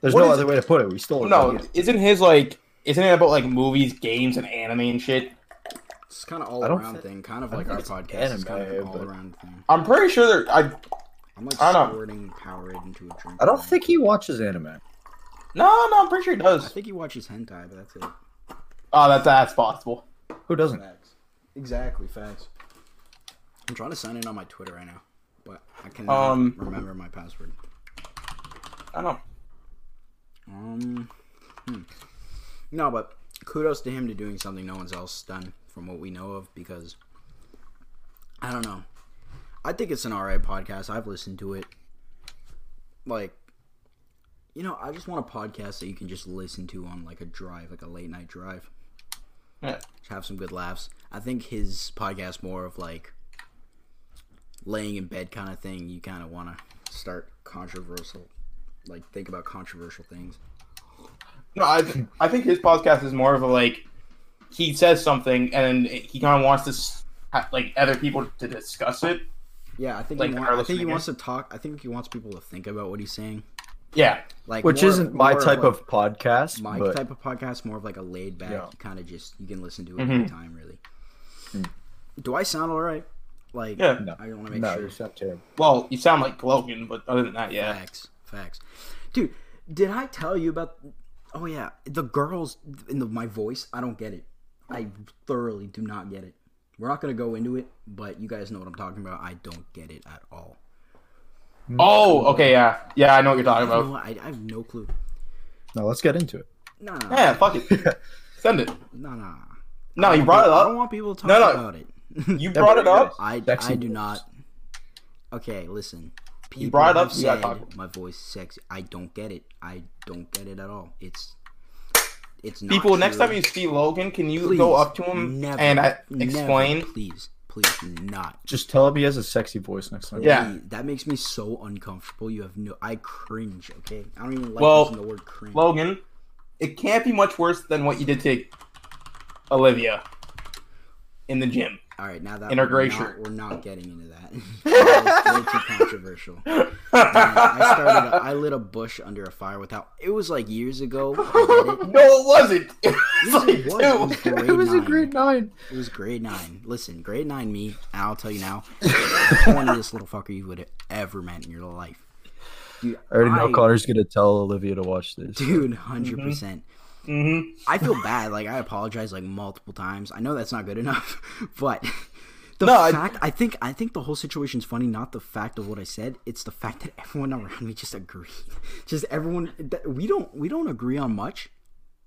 Speaker 2: There's
Speaker 3: What
Speaker 2: no
Speaker 3: is
Speaker 2: other way to put it. We stole his
Speaker 3: no,
Speaker 2: idea.
Speaker 3: isn't his like? Isn't it about like movies, games, and anime and shit?
Speaker 1: It's kind of all
Speaker 2: I don't
Speaker 1: around
Speaker 2: thi-
Speaker 1: thing, kind of
Speaker 2: I
Speaker 1: like
Speaker 2: don't
Speaker 1: our
Speaker 2: think it's
Speaker 1: podcast. it's kind of an
Speaker 2: anime,
Speaker 1: all
Speaker 2: but-
Speaker 1: around thing.
Speaker 3: I'm pretty sure that I
Speaker 1: I'm like
Speaker 3: I don't-
Speaker 1: squirting Powerade into a drink.
Speaker 2: I don't
Speaker 1: right now.
Speaker 2: think he watches anime.
Speaker 3: no, no, I'm pretty sure he
Speaker 1: I
Speaker 3: does.
Speaker 1: think he watches hentai, but that's it.
Speaker 3: Oh, that's that's possible.
Speaker 2: Who doesn't?
Speaker 1: Facts. Exactly, facts. I'm trying to sign in on my Twitter right now, but I cannot
Speaker 3: Um.
Speaker 1: remember my password.
Speaker 3: I don't.
Speaker 1: Um, hmm. No, but kudos to him to doing something no one's else done from what we know of because I don't know. I think it's an alright podcast. I've listened to it. Like, you know, I just want a podcast that you can just listen to on like a drive, like a late night drive.
Speaker 3: Yeah.
Speaker 1: Have some good laughs. I think his podcast more of like laying in bed kind of thing. You kind of want to start controversial, like think about controversial things.
Speaker 3: No, I I think his podcast is more of a like he says something and he kind of wants to s- ha- like other people to discuss it.
Speaker 1: Yeah, I think
Speaker 3: Like,
Speaker 1: he want-
Speaker 3: are
Speaker 1: I think he
Speaker 3: listening
Speaker 1: wants to talk. I think he wants people to think about what he's saying.
Speaker 3: Yeah,
Speaker 1: Like
Speaker 2: Which
Speaker 1: more of-
Speaker 2: isn't my
Speaker 1: more
Speaker 2: type
Speaker 1: like-
Speaker 2: of podcast.
Speaker 1: my
Speaker 2: but
Speaker 1: type of podcast. More of like a laid back
Speaker 2: Yeah.
Speaker 1: kind of just you can listen to it
Speaker 3: Mhm.
Speaker 1: anytime. Really. Do I sound all right? Like
Speaker 3: yeah.
Speaker 2: No.
Speaker 1: I want to make
Speaker 2: no,
Speaker 1: sure.
Speaker 2: you sound terrible.
Speaker 3: Well, you sound like Logan, but other than that, yeah.
Speaker 1: Facts, facts, dude. Did I tell you about? Oh yeah, the girls in the, my voice. I don't get it. I thoroughly do not get it. We're not gonna go into it, but you guys know what I'm talking about. I don't get it at all.
Speaker 3: Oh, okay, yeah, yeah. I know what you're talking about.
Speaker 1: No, I, I have no clue.
Speaker 2: No, let's get into it.
Speaker 1: No, no,
Speaker 3: Yeah, fuck it. Send it.
Speaker 1: no, no.
Speaker 3: No, you brought it
Speaker 1: I don't
Speaker 3: up.
Speaker 1: want people to talk
Speaker 3: No, no.
Speaker 1: about it.
Speaker 3: You brought it up.
Speaker 1: I,
Speaker 2: Sexy
Speaker 1: I do
Speaker 2: voice.
Speaker 1: not. Okay, listen. People
Speaker 3: brought it up,
Speaker 1: have
Speaker 3: you gotta
Speaker 1: said
Speaker 3: talk.
Speaker 1: my voice is sexy. I don't get it. I don't get it at all. It's it's not
Speaker 3: People, next
Speaker 1: true.
Speaker 3: time you see Logan, can you
Speaker 1: Please,
Speaker 3: go up to him
Speaker 1: never,
Speaker 3: and I,
Speaker 1: never,
Speaker 3: explain?
Speaker 1: please, please do not.
Speaker 2: Just tell him he has a sexy voice next time.
Speaker 3: Yeah.
Speaker 1: Please, that makes me so uncomfortable. You have no. I cringe. Okay, I don't even like
Speaker 3: Well,
Speaker 1: using the word cringe.
Speaker 3: Logan, it can't be much worse than what you did to Olivia in the gym.
Speaker 1: All right, now that
Speaker 3: In her
Speaker 1: we're
Speaker 3: gray
Speaker 1: not-
Speaker 3: shirt.
Speaker 1: we're not getting into that. that was way too controversial. Man, I started, a, I lit a bush under a fire without. It was like years ago. I did it.
Speaker 3: No, it wasn't. It
Speaker 1: Yes,
Speaker 3: was
Speaker 1: it was. It was
Speaker 3: like two.
Speaker 1: grade nine.
Speaker 2: nine.
Speaker 1: It was grade nine. Listen, grade nine, me. And I'll tell you now, corniest little fucker you would have ever met in your life, dude.
Speaker 2: I already know
Speaker 1: I-
Speaker 2: Connor's gonna tell Olivia to watch this.
Speaker 1: Dude, 100 percent.
Speaker 3: Mhm.
Speaker 1: I feel bad. Like I apologize like multiple times. I know that's not good enough, but the
Speaker 3: No, I-
Speaker 1: fact I, think I think the whole situation's funny. Not the fact of what I said. It's the fact that everyone around me just agreed. Just everyone. That, we don't we don't agree on much,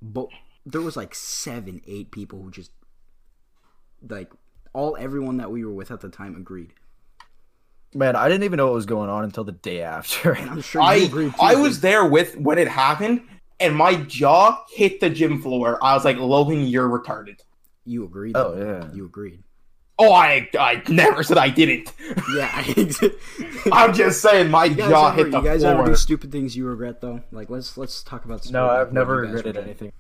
Speaker 1: but there was like seven, eight people who just like all everyone that we were with at the time agreed.
Speaker 2: Man, I didn't even know what was going on until the day after.
Speaker 1: And I'm sure you
Speaker 3: I
Speaker 1: agreed too.
Speaker 3: I
Speaker 1: dude.
Speaker 3: was there with when it happened, and my jaw hit the gym floor. I was like, Logan, you're retarded.
Speaker 1: you agreed.
Speaker 2: Oh,
Speaker 1: though.
Speaker 2: yeah.
Speaker 1: you agreed.
Speaker 3: Oh, I I never said I didn't.
Speaker 1: Yeah, I,
Speaker 3: I'm just saying my
Speaker 1: You guys,
Speaker 3: jaw
Speaker 1: ever,
Speaker 3: hit the
Speaker 1: you guys ever
Speaker 3: floor.
Speaker 1: do stupid things you regret though? Like let's let's talk about.
Speaker 2: no,
Speaker 1: like,
Speaker 2: I've
Speaker 1: what
Speaker 2: never
Speaker 1: you guys
Speaker 2: regretted
Speaker 1: regret.
Speaker 2: anything.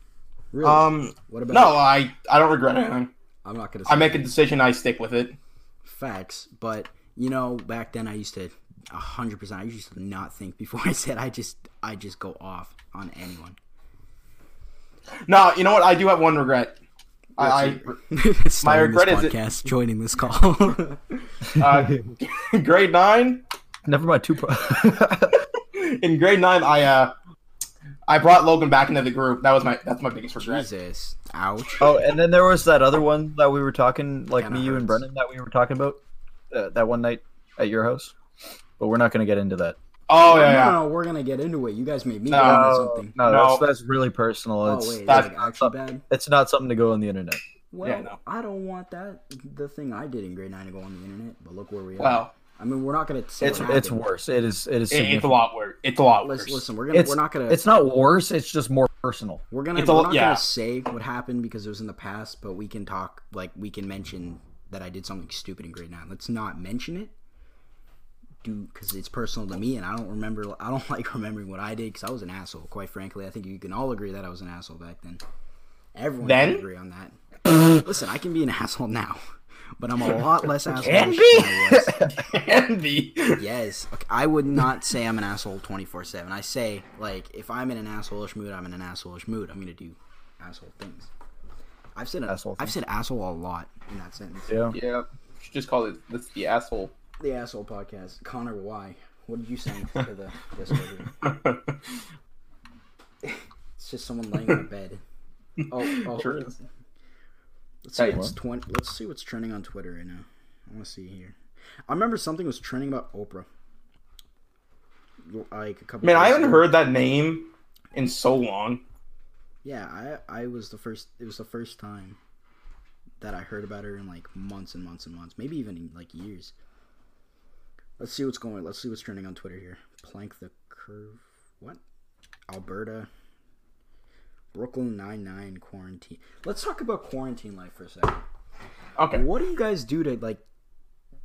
Speaker 1: Really?
Speaker 3: Um,
Speaker 1: what about?
Speaker 3: no, I I don't regret anything.
Speaker 1: I'm not gonna. Say
Speaker 3: I make a decision, I stick with it.
Speaker 1: facts, but you know, back then I used to, hundred percent. I used to not think before I said. I just I just go off on anyone.
Speaker 3: No, you know what? I do have one regret. I,
Speaker 1: my
Speaker 3: regret
Speaker 1: this
Speaker 3: is it-
Speaker 1: podcast, joining this call.
Speaker 3: I uh, grade nine
Speaker 2: Never mind two. Pro-
Speaker 3: in grade nine, I uh I brought Logan back into the group. That was my that's my biggest regret.
Speaker 1: Jesus, ouch.
Speaker 2: oh, and then there was that other one that we were talking, like
Speaker 1: Kinda
Speaker 2: me, you, and
Speaker 1: hurts.
Speaker 2: Brennan, that we were talking about uh, that one night at your house. But we're not gonna get into that.
Speaker 3: Oh
Speaker 1: no,
Speaker 3: yeah, yeah.
Speaker 1: no, no, we're gonna get into it. You guys made me
Speaker 3: No.
Speaker 1: go into something.
Speaker 2: Oh, no,
Speaker 3: No.
Speaker 2: That's, that's really personal.
Speaker 1: Oh
Speaker 2: it's
Speaker 1: wait,
Speaker 3: that's-
Speaker 1: like actually bad.
Speaker 2: it's not something to go on the internet.
Speaker 1: Well,
Speaker 3: no.
Speaker 1: I don't want that. The thing I did in grade nine to go on the internet, but look where we are.
Speaker 3: Well,
Speaker 1: I mean, we're not going to.
Speaker 2: It's it's worse. It is it is.
Speaker 3: It- it's a
Speaker 2: significant.
Speaker 3: lot worse. It's a lot worse.
Speaker 1: Listen, listen, we're gonna
Speaker 2: It's
Speaker 1: we're not gonna
Speaker 2: It's not worse. It's just more personal.
Speaker 1: we're gonna
Speaker 3: it's a
Speaker 1: we're
Speaker 3: lo-
Speaker 1: not
Speaker 3: yeah.
Speaker 1: gonna say what happened because it was in the past, but we can talk like we can mention that I did something stupid in grade nine. Let's not mention it, do because it's personal to me, and I don't remember. I don't like remembering what I did because I was an asshole. Quite frankly, I think you can all agree that I was an asshole back then. Everyone
Speaker 3: Then?
Speaker 1: can agree on that. listen, I can be an asshole now, but I'm a lot less asshole.
Speaker 2: Can
Speaker 1: than
Speaker 2: be?
Speaker 1: I was.
Speaker 3: Envy.
Speaker 1: Yes. Okay, I would not say I'm an asshole 24 7. I say, like, if I'm in an assholeish mood, I'm in an assholeish mood. I'm going to do asshole things. I've said,
Speaker 2: Asshole
Speaker 1: I've
Speaker 2: things.
Speaker 1: said asshole a lot in that sentence.
Speaker 2: Yeah.
Speaker 3: Yeah. Should just call it that's the asshole.
Speaker 1: The asshole podcast. Connor, why? What did you send to the Discord? here? It's just someone laying in bed. Oh, oh
Speaker 3: Sure is.
Speaker 1: let's see
Speaker 3: Hey,
Speaker 1: what's twen- Let's see what's trending on Twitter right now. I want to see here. I remember something was trending about Oprah. Like a couple.
Speaker 3: Man, I
Speaker 1: days
Speaker 3: haven't
Speaker 1: ago.
Speaker 3: heard that name in so long.
Speaker 1: Yeah, I I was the first. It was the first time that I heard about her in like months and months and months, maybe even in like years. Let's see what's going. Let's see what's trending on Twitter here. Plank the curve. What? Alberta. Brooklyn Nine Nine quarantine. Let's talk about quarantine life for a second.
Speaker 3: Okay.
Speaker 1: What do you guys do to like,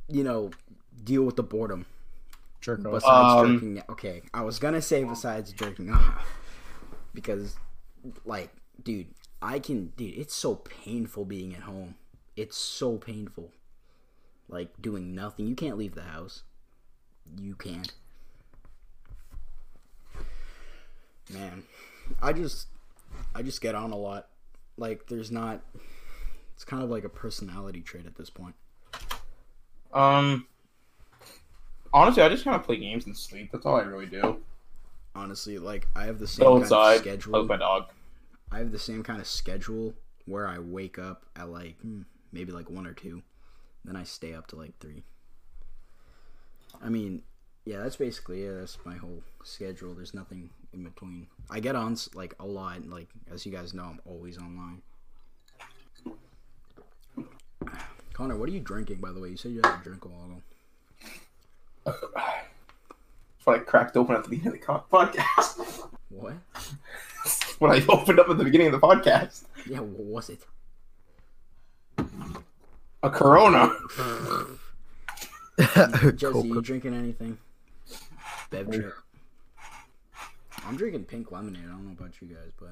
Speaker 1: you know, deal with the boredom
Speaker 2: Jerk off.
Speaker 1: besides
Speaker 3: Um,
Speaker 1: jerking? Okay, I was gonna say besides jerking off because like, dude, I can, dude, it's so painful being at home. It's so painful. Like, doing nothing. You can't leave the house. You can't. Man, I just, I just get on a lot. Like, there's not, it's kind of like a personality trait at this point.
Speaker 3: Um. Honestly, I just kind of play games and sleep. That's all I really do.
Speaker 1: Honestly, like, I have the same
Speaker 3: Go
Speaker 1: kind of
Speaker 3: outside,
Speaker 1: schedule.
Speaker 3: hug my dog.
Speaker 1: I have the same kind of schedule where I wake up at like hmm, maybe like one or two, then I stay up to like three. I mean, yeah, that's basically it. That's my whole schedule. There's nothing in between. I get on s- like a lot. and, Like as you guys know, I'm always online. Connor, what are you drinking? By the way, you said you had to drink a while. ago.
Speaker 3: That's what I cracked open at the beginning of the co- podcast.
Speaker 1: What?
Speaker 3: That's what I opened up at the beginning of the podcast.
Speaker 1: Yeah, what was it?
Speaker 3: A Corona.
Speaker 1: Jesse,
Speaker 2: Coke.
Speaker 1: you drinking anything? Bev trip. I'm drinking pink lemonade. I don't know about you guys, but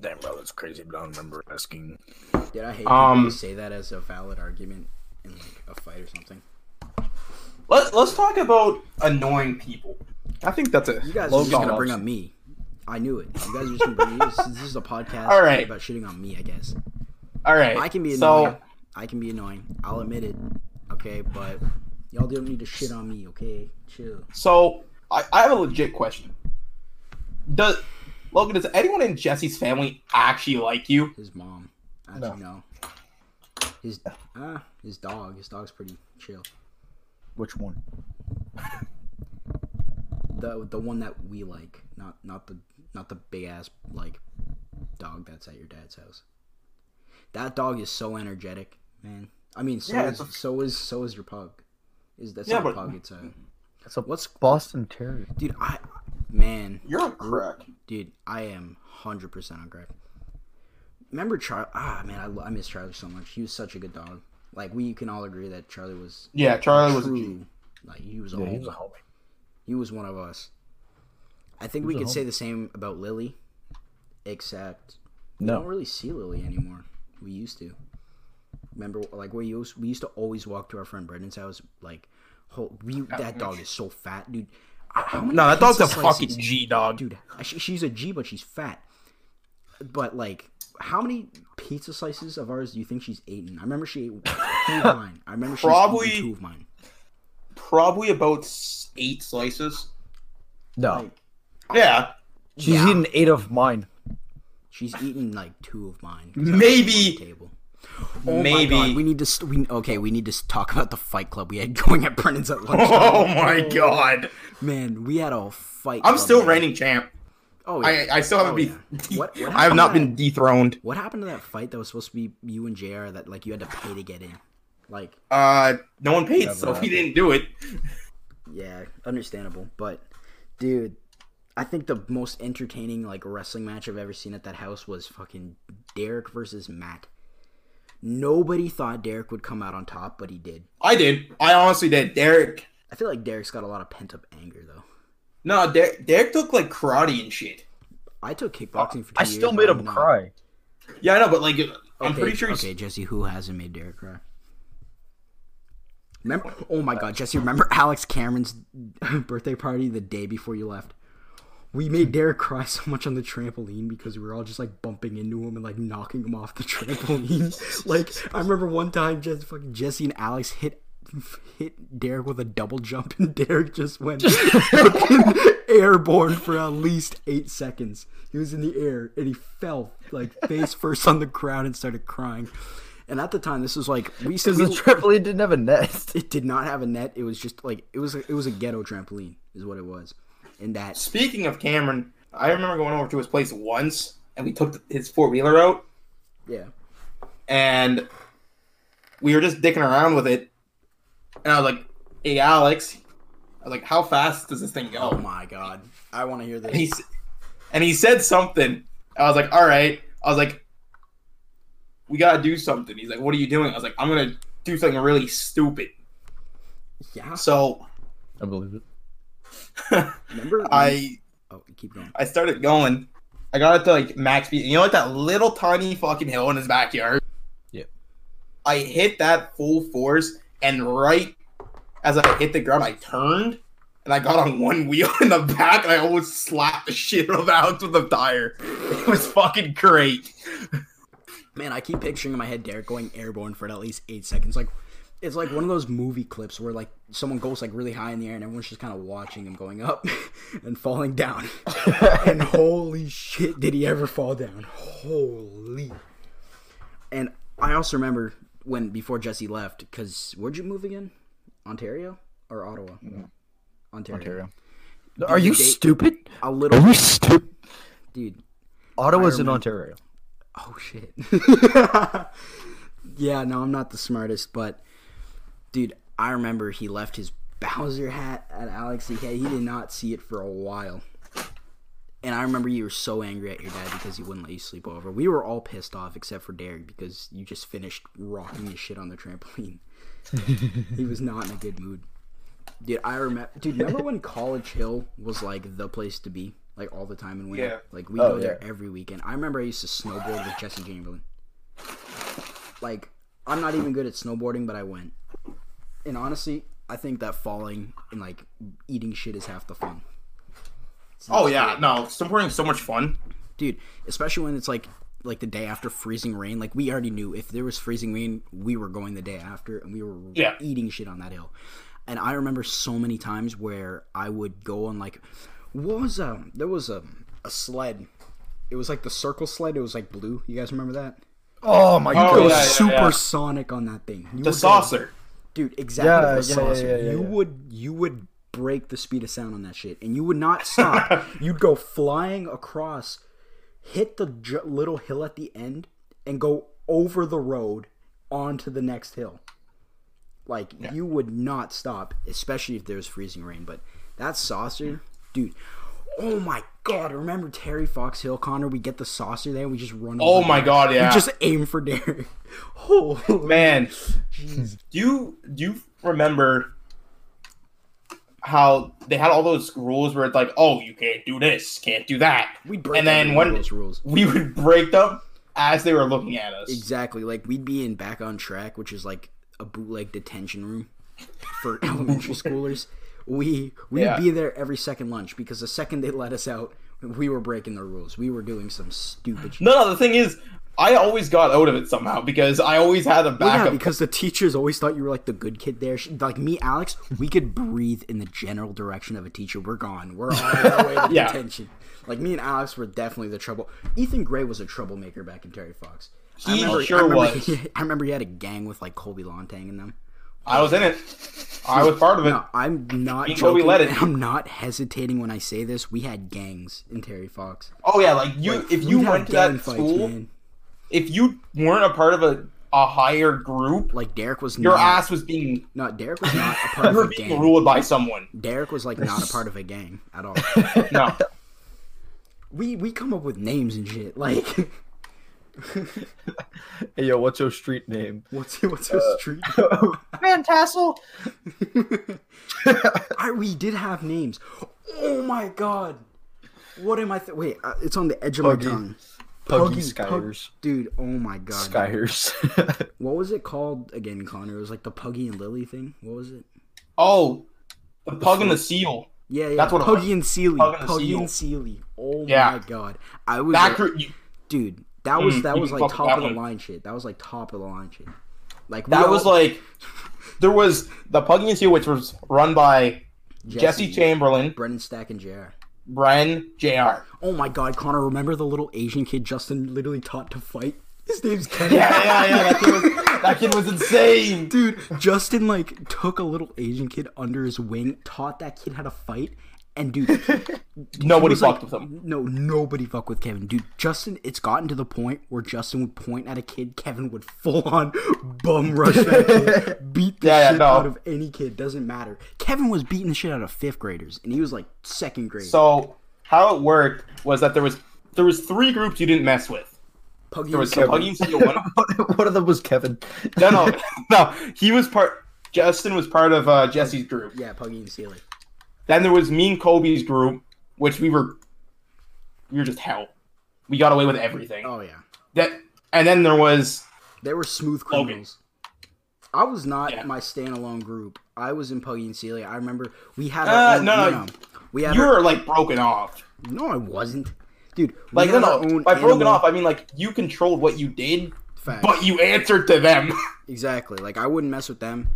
Speaker 5: Damn, bro, that's crazy, but I don't remember asking.
Speaker 1: did I hate
Speaker 3: Um,
Speaker 1: um, say that as a valid argument in like a fight or something?
Speaker 3: Let, let's talk about annoying people. I think that's it.
Speaker 1: You guys are
Speaker 2: Logan
Speaker 1: just gonna
Speaker 2: loves-
Speaker 1: bring up me. I knew it. You guys are just gonna bring me. Since this is a podcast
Speaker 3: All right.
Speaker 1: about shitting on me, I guess.
Speaker 3: All right.
Speaker 1: I can be annoying.
Speaker 3: so.
Speaker 1: I can be annoying. I'll admit it. Okay, but y'all don't need to shit on me. Okay, chill.
Speaker 3: So I, I have a legit question. Does Logan? Does anyone in Jesse's family actually like you?
Speaker 1: His mom, as
Speaker 2: No.
Speaker 1: you know. His ah, his dog. His dog's pretty chill.
Speaker 2: Which one?
Speaker 1: the the one that we like, not not the not the big ass like dog that's at your dad's house. That dog is so energetic, man. I mean, so
Speaker 3: Yeah,
Speaker 1: is,
Speaker 3: it's a-
Speaker 1: so is so is your pug. Is that's
Speaker 3: Yeah,
Speaker 1: not a
Speaker 3: but-
Speaker 1: pug? It's a
Speaker 2: That's a
Speaker 1: what's
Speaker 2: Boston Terrier.
Speaker 1: dude? I man,
Speaker 3: You're a crack.
Speaker 1: dude, I am hundred percent on crack. Remember Charlie? Ah, man, I, lo- I miss Charlie so much. He was such a good dog. Like we can all agree that Charlie was
Speaker 3: Yeah, Charlie was a G.
Speaker 1: true. Like he was a
Speaker 5: Yeah,
Speaker 1: whole
Speaker 5: he was a homie.
Speaker 1: He was one of us. I think we
Speaker 2: was a
Speaker 1: could say the same about Lily, except we
Speaker 2: No.
Speaker 1: don't really see Lily anymore. We used to. Remember, like we used we used to always walk to our friend Brendan's house. Like, whole, we that dog is so fat, dude. How many
Speaker 3: No, that dog's a
Speaker 1: pizza slices-
Speaker 3: fucking G dog.
Speaker 1: dude. She, she's a G, but she's fat. But like, how many pizza slices of ours do you think she's eaten? I remember she ate two of mine. I remember she
Speaker 3: Probably-
Speaker 1: two of mine.
Speaker 3: Probably about s- eight slices.
Speaker 2: No.
Speaker 3: Yeah,
Speaker 2: She's
Speaker 1: Yeah.
Speaker 2: eaten eight of mine.
Speaker 1: She's eaten like two of mine.
Speaker 3: maybe.
Speaker 1: table. Oh
Speaker 3: maybe.
Speaker 1: we need to. St- we okay. We need to s- talk about the Fight Club we had going at Brennan's at lunch.
Speaker 3: Oh my god!
Speaker 1: Man, we had a fight.
Speaker 3: I'm
Speaker 1: club
Speaker 3: still
Speaker 1: night.
Speaker 3: reigning champ.
Speaker 1: Oh yeah.
Speaker 3: I I still haven't
Speaker 1: Oh,
Speaker 3: been.
Speaker 1: yeah. What- what
Speaker 3: I have not
Speaker 1: happened
Speaker 3: been dethroned.
Speaker 1: what happened to that fight that was supposed to be you and Jr. That like you had to pay to get in? Like,
Speaker 3: Uh, no one paid,
Speaker 2: Never
Speaker 3: so we
Speaker 2: happened.
Speaker 3: didn't do it.
Speaker 1: yeah, understandable. But, dude, I think the most entertaining like wrestling match I've ever seen at that house was fucking Derek versus Matt. Nobody thought Derek would come out on top, but he did.
Speaker 3: I did. I honestly did. Derek.
Speaker 1: I feel like Derek's got a lot of pent up anger though.
Speaker 3: No, Derek, Derek took like karate and shit.
Speaker 1: I took kickboxing for. Two
Speaker 2: Uh, I
Speaker 1: years,
Speaker 2: still
Speaker 1: but
Speaker 2: made
Speaker 1: I'm
Speaker 2: him
Speaker 1: not-
Speaker 2: cry.
Speaker 3: Yeah, I know, but like, I'm
Speaker 1: Okay,
Speaker 3: pretty sure he's.
Speaker 1: Okay, Jesse, who hasn't made Derek cry? Remember? Oh my God, Jesse! Remember Alex Cameron's birthday party the day before you left? We made Derek cry so much on the trampoline because we were all just like bumping into him and like knocking him off the trampoline. like I remember one time, just fucking Jesse and Alex hit hit Derek with a double jump, and Derek just went fucking airborne for at least eight seconds. He was in the air and he fell like face first on the ground and started crying. And at the time, this was like we
Speaker 2: Because the
Speaker 1: we-
Speaker 2: trampoline didn't have a nest.
Speaker 1: it did not have a net. It was just like it was a, it was a ghetto trampoline is what it was. And that
Speaker 3: Speaking of Cameron, I remember going over to his place once, and we took his four wheeler out,
Speaker 1: yeah.
Speaker 3: and we were just dicking around with it. And I was like, "Hey, Alex," I was like, "How fast does this thing go?"
Speaker 1: Oh my god. I want to hear
Speaker 3: and he
Speaker 1: this.
Speaker 3: s- and he said something. I was like, "All right." I was like, "We gotta do something." He's like, "What are you doing?" I was like, "I'm gonna do something really stupid."
Speaker 1: Yeah.
Speaker 3: So
Speaker 2: I believe it.
Speaker 1: Remember
Speaker 3: I
Speaker 1: Oh, keep going.
Speaker 3: I started going. I got it to like max speed. You know, like that little tiny fucking hill in his backyard.
Speaker 2: Yep.
Speaker 3: I hit that full force, and right as I hit the ground, I turned. And I got on one wheel in the back, and I almost slapped the shit out of Alex with the tire. It was fucking great.
Speaker 1: Man, I keep picturing in my head Derek going airborne for at least 8 seconds. Like it's like one of those movie clips where like someone goes like really high in the air and everyone's just kind of watching him going up and falling down. and holy shit, did he ever fall down? Holy. And I also remember when before Jesse left, because where'd you move again? Ontario or Ottawa? Ontario.
Speaker 2: Ontario. Are you
Speaker 1: they-
Speaker 2: stupid?
Speaker 1: A little
Speaker 2: stupid?
Speaker 1: dude.
Speaker 2: Ottawa's
Speaker 1: I
Speaker 2: in
Speaker 1: remember-
Speaker 2: Ontario.
Speaker 1: Oh shit. yeah, no, I'm not the smartest, but dude, I remember he left his Bowser hat at Alex. He had- he did not see it for a while. And I remember you were so angry at your dad because he wouldn't let you sleep over. We were all pissed off except for Derek because you just finished rocking his shit on the trampoline. he was not in a good mood. Dude, I remember. Dude, remember when College Hill was like the place to be, like all the time in winter.
Speaker 3: Yeah.
Speaker 1: Like we
Speaker 2: Oh,
Speaker 1: go there
Speaker 2: yeah.
Speaker 1: every weekend. I remember I used to snowboard with Jesse Chamberlain. Like I'm not even good at snowboarding, but I went. And honestly, I think that falling and like eating shit is half the fun,
Speaker 3: Oh yeah, no, snowboarding is so much fun.
Speaker 1: dude. Especially when it's like like the day after freezing rain. Like we already knew if there was freezing rain, we were going the day after, and we were
Speaker 3: Yeah.
Speaker 1: eating shit on that hill. And I remember so many times where I would go on like, what was um there was a a sled. It was like the circle sled. It was like blue. You guys remember that?
Speaker 2: Oh my
Speaker 3: Oh,
Speaker 1: It was
Speaker 3: yeah, yeah, yeah.
Speaker 1: supersonic on that thing. You
Speaker 3: The
Speaker 1: would go-
Speaker 3: saucer.
Speaker 1: dude. Exactly,
Speaker 2: Yeah,
Speaker 1: the
Speaker 2: yeah, yeah,
Speaker 1: saucer.
Speaker 2: yeah, yeah,
Speaker 1: you
Speaker 2: yeah.
Speaker 1: would you would break the speed of sound on that shit, and you would not stop. You'd go flying across, hit the j- little hill at the end, and go over the road onto the next hill. Like you would not stop, especially if there was freezing rain. But that saucer, dude. Oh my god! Remember Terry Fox Hill, Connor? We get the saucer there. We just run.
Speaker 3: Oh
Speaker 1: over
Speaker 3: my
Speaker 1: there.
Speaker 3: god, yeah.
Speaker 1: We just aim for Derek. Oh
Speaker 3: Man, do you do you remember how they had all those rules where it's like, oh, you can't do this, can't do that,
Speaker 1: We'd break
Speaker 3: and then
Speaker 1: every one of
Speaker 3: when
Speaker 1: those rules.
Speaker 3: we would break them as they were looking at us.
Speaker 1: Exactly. Like we'd be in back on track, which is like a bootleg detention room for elementary schoolers. We we'd
Speaker 3: Yeah.
Speaker 1: be there every second lunch because the second they let us out, we were breaking the rules. We were doing some stupid shit.
Speaker 3: No, no, the thing is, I always got out of it somehow because I always had a
Speaker 1: Yeah,
Speaker 3: backup.
Speaker 1: because the teachers always thought you were like the good kid there. She- Like me, Alex, we could breathe in the general direction of a teacher. We're gone. We're on our way to
Speaker 3: Yeah.
Speaker 1: detention. Like me and Alex were definitely the trouble. Ethan Gray was a troublemaker back in Terry Fox. I
Speaker 3: He
Speaker 1: remember,
Speaker 3: sure
Speaker 1: I remember,
Speaker 3: was.
Speaker 1: He, I remember he had a gang with like Colby Lontang in them.
Speaker 3: I was in it. I was part of it.
Speaker 1: No, I'm not.
Speaker 3: You know we
Speaker 1: joking,
Speaker 3: let it.
Speaker 1: and I'm not hesitating when I say this. We had gangs in Terry Fox.
Speaker 3: Oh yeah, like you, if you
Speaker 1: We'd have
Speaker 3: went to that
Speaker 1: gang fights,
Speaker 3: school,
Speaker 1: man.
Speaker 3: if you weren't a part of a a higher group,
Speaker 1: Like Derek was
Speaker 3: your
Speaker 1: not,
Speaker 3: ass was being
Speaker 1: No, Derek was not a part
Speaker 3: you
Speaker 1: of
Speaker 3: were
Speaker 1: a
Speaker 3: being
Speaker 1: gang.
Speaker 3: ruled by someone.
Speaker 1: Derek was like not a part of a gang at all.
Speaker 3: No,
Speaker 1: We we come up with names and shit. Like
Speaker 2: Hey, yo, what's your street name?
Speaker 1: what's what's
Speaker 3: Uh,
Speaker 1: a street?
Speaker 2: Van Tassel.
Speaker 1: I we did have names. Oh my god. What am I? Th- Wait, uh, it's on the edge of
Speaker 2: Puggy.
Speaker 1: my tongue,
Speaker 2: Puggy
Speaker 1: Puggy, Pug-
Speaker 2: Skyers.
Speaker 1: dude. Oh my god.
Speaker 2: Skyers.
Speaker 1: What was it called again, Connor? It was like the Puggy and Lily thing. What was it?
Speaker 3: oh, the pug and the seal.
Speaker 1: Yeah, yeah.
Speaker 3: That's what it
Speaker 1: Puggy
Speaker 3: was.
Speaker 1: and Sealy.
Speaker 3: Pug and
Speaker 1: Puggy,
Speaker 3: the
Speaker 1: and Sealy. Oh
Speaker 3: Yeah.
Speaker 1: my god. I was
Speaker 3: That
Speaker 1: like-
Speaker 3: group, you,
Speaker 1: dude. That was
Speaker 3: Mm,
Speaker 1: that
Speaker 3: you
Speaker 1: was
Speaker 3: can
Speaker 1: like
Speaker 3: fuck
Speaker 1: top
Speaker 3: that
Speaker 1: of the
Speaker 3: one.
Speaker 1: line shit. That was like top of the line shit. Like we
Speaker 3: that
Speaker 1: all-
Speaker 3: was like there was the pug and the seal, which was run by Jesse Chamberlain,
Speaker 1: Brennan Stack, and Jr.
Speaker 3: Bren, Jr.
Speaker 1: Oh my god, Connor, remember the little Asian kid Justin literally taught to fight? His name's Kenny.
Speaker 3: Yeah, yeah, yeah. That kid was, that kid was insane.
Speaker 1: Dude, Justin like took a little Asian kid under his wing, taught that kid how to fight, and dude, he
Speaker 3: Nobody
Speaker 1: was like,
Speaker 3: fucked with him.
Speaker 1: No, nobody fuck with Kevin. Dude, Justin, it's gotten to the point where Justin would point at a kid, Kevin would full on bum rush that kid, beat the
Speaker 3: Yeah, yeah,
Speaker 1: shit
Speaker 3: no.
Speaker 1: out of any kid, doesn't matter. Kevin was beating the shit out of fifth graders, and he was like second grade.
Speaker 3: So how it worked was that there was there was three groups you didn't mess with.
Speaker 1: Puggy
Speaker 3: There was the
Speaker 1: Kevin.
Speaker 3: Puggy and Seal. One of
Speaker 2: One of them was Kevin.
Speaker 3: No, no, no. He was part. Justin was part of uh, Jesse's group.
Speaker 1: Yeah, Puggy and Sealy.
Speaker 3: Then there was me and Kobe's group, which we were, we were just hell. We got away with everything.
Speaker 1: Oh yeah.
Speaker 3: That and then there was
Speaker 1: They were smooth
Speaker 3: Logan.
Speaker 1: criminals. I was not
Speaker 3: Yeah.
Speaker 1: my standalone group. I was in Puggy and Celia. I remember we had
Speaker 3: Uh,
Speaker 1: our own.
Speaker 3: no,
Speaker 1: No,
Speaker 3: no.
Speaker 1: no. We had
Speaker 3: you
Speaker 1: our,
Speaker 3: were like broken off.
Speaker 1: no, I wasn't, dude. we
Speaker 3: Like no,
Speaker 1: had our
Speaker 3: no.
Speaker 1: own
Speaker 3: By broken
Speaker 1: animal
Speaker 3: off, I mean like you controlled what you did,
Speaker 1: facts.
Speaker 3: but you answered to them.
Speaker 1: exactly. Like I wouldn't mess with them.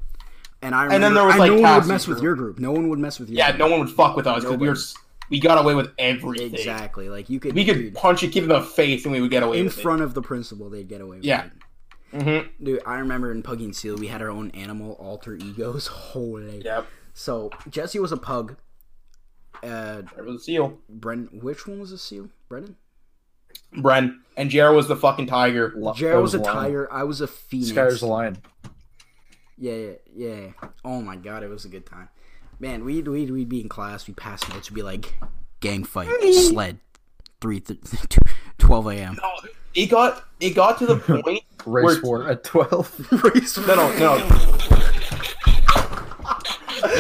Speaker 1: And I remember,
Speaker 3: then there was,
Speaker 1: I-
Speaker 3: like,
Speaker 1: no one would
Speaker 3: Cassie's
Speaker 1: mess with
Speaker 3: group.
Speaker 1: your group. No one would mess with your
Speaker 3: yeah,
Speaker 1: group.
Speaker 3: no one would fuck with us because we were s- we got away with everything.
Speaker 1: exactly. Like you could,
Speaker 3: We could
Speaker 1: dude,
Speaker 3: punch a kid in the face and we would get away
Speaker 1: in
Speaker 3: with
Speaker 1: front of the principal, they'd get away with it.
Speaker 3: Yeah. it. Mm-hmm.
Speaker 1: Dude, I remember in Puggy and Seal, we had our own animal alter egos. Holy.
Speaker 3: Yep.
Speaker 1: So Jesse was a pug. Uh,
Speaker 3: There was a seal.
Speaker 1: Brennan, which one was a seal? Brennan?
Speaker 3: Bren and Jared was the fucking tiger.
Speaker 2: Lo-
Speaker 1: Jared
Speaker 2: it
Speaker 1: was a
Speaker 2: lion.
Speaker 1: tiger. I was a phoenix.
Speaker 2: Skyers a lion.
Speaker 1: yeah, yeah, yeah. Oh my god, it was a good time. Man, we'd we'd, we'd be in class. We'd pass notes. We'd be like, gang fight, sled, three, th- 12 a.m.
Speaker 3: Oh, It got it got to the point.
Speaker 2: Race
Speaker 3: We're-
Speaker 2: war at twelve.
Speaker 1: Race
Speaker 3: No, no, no.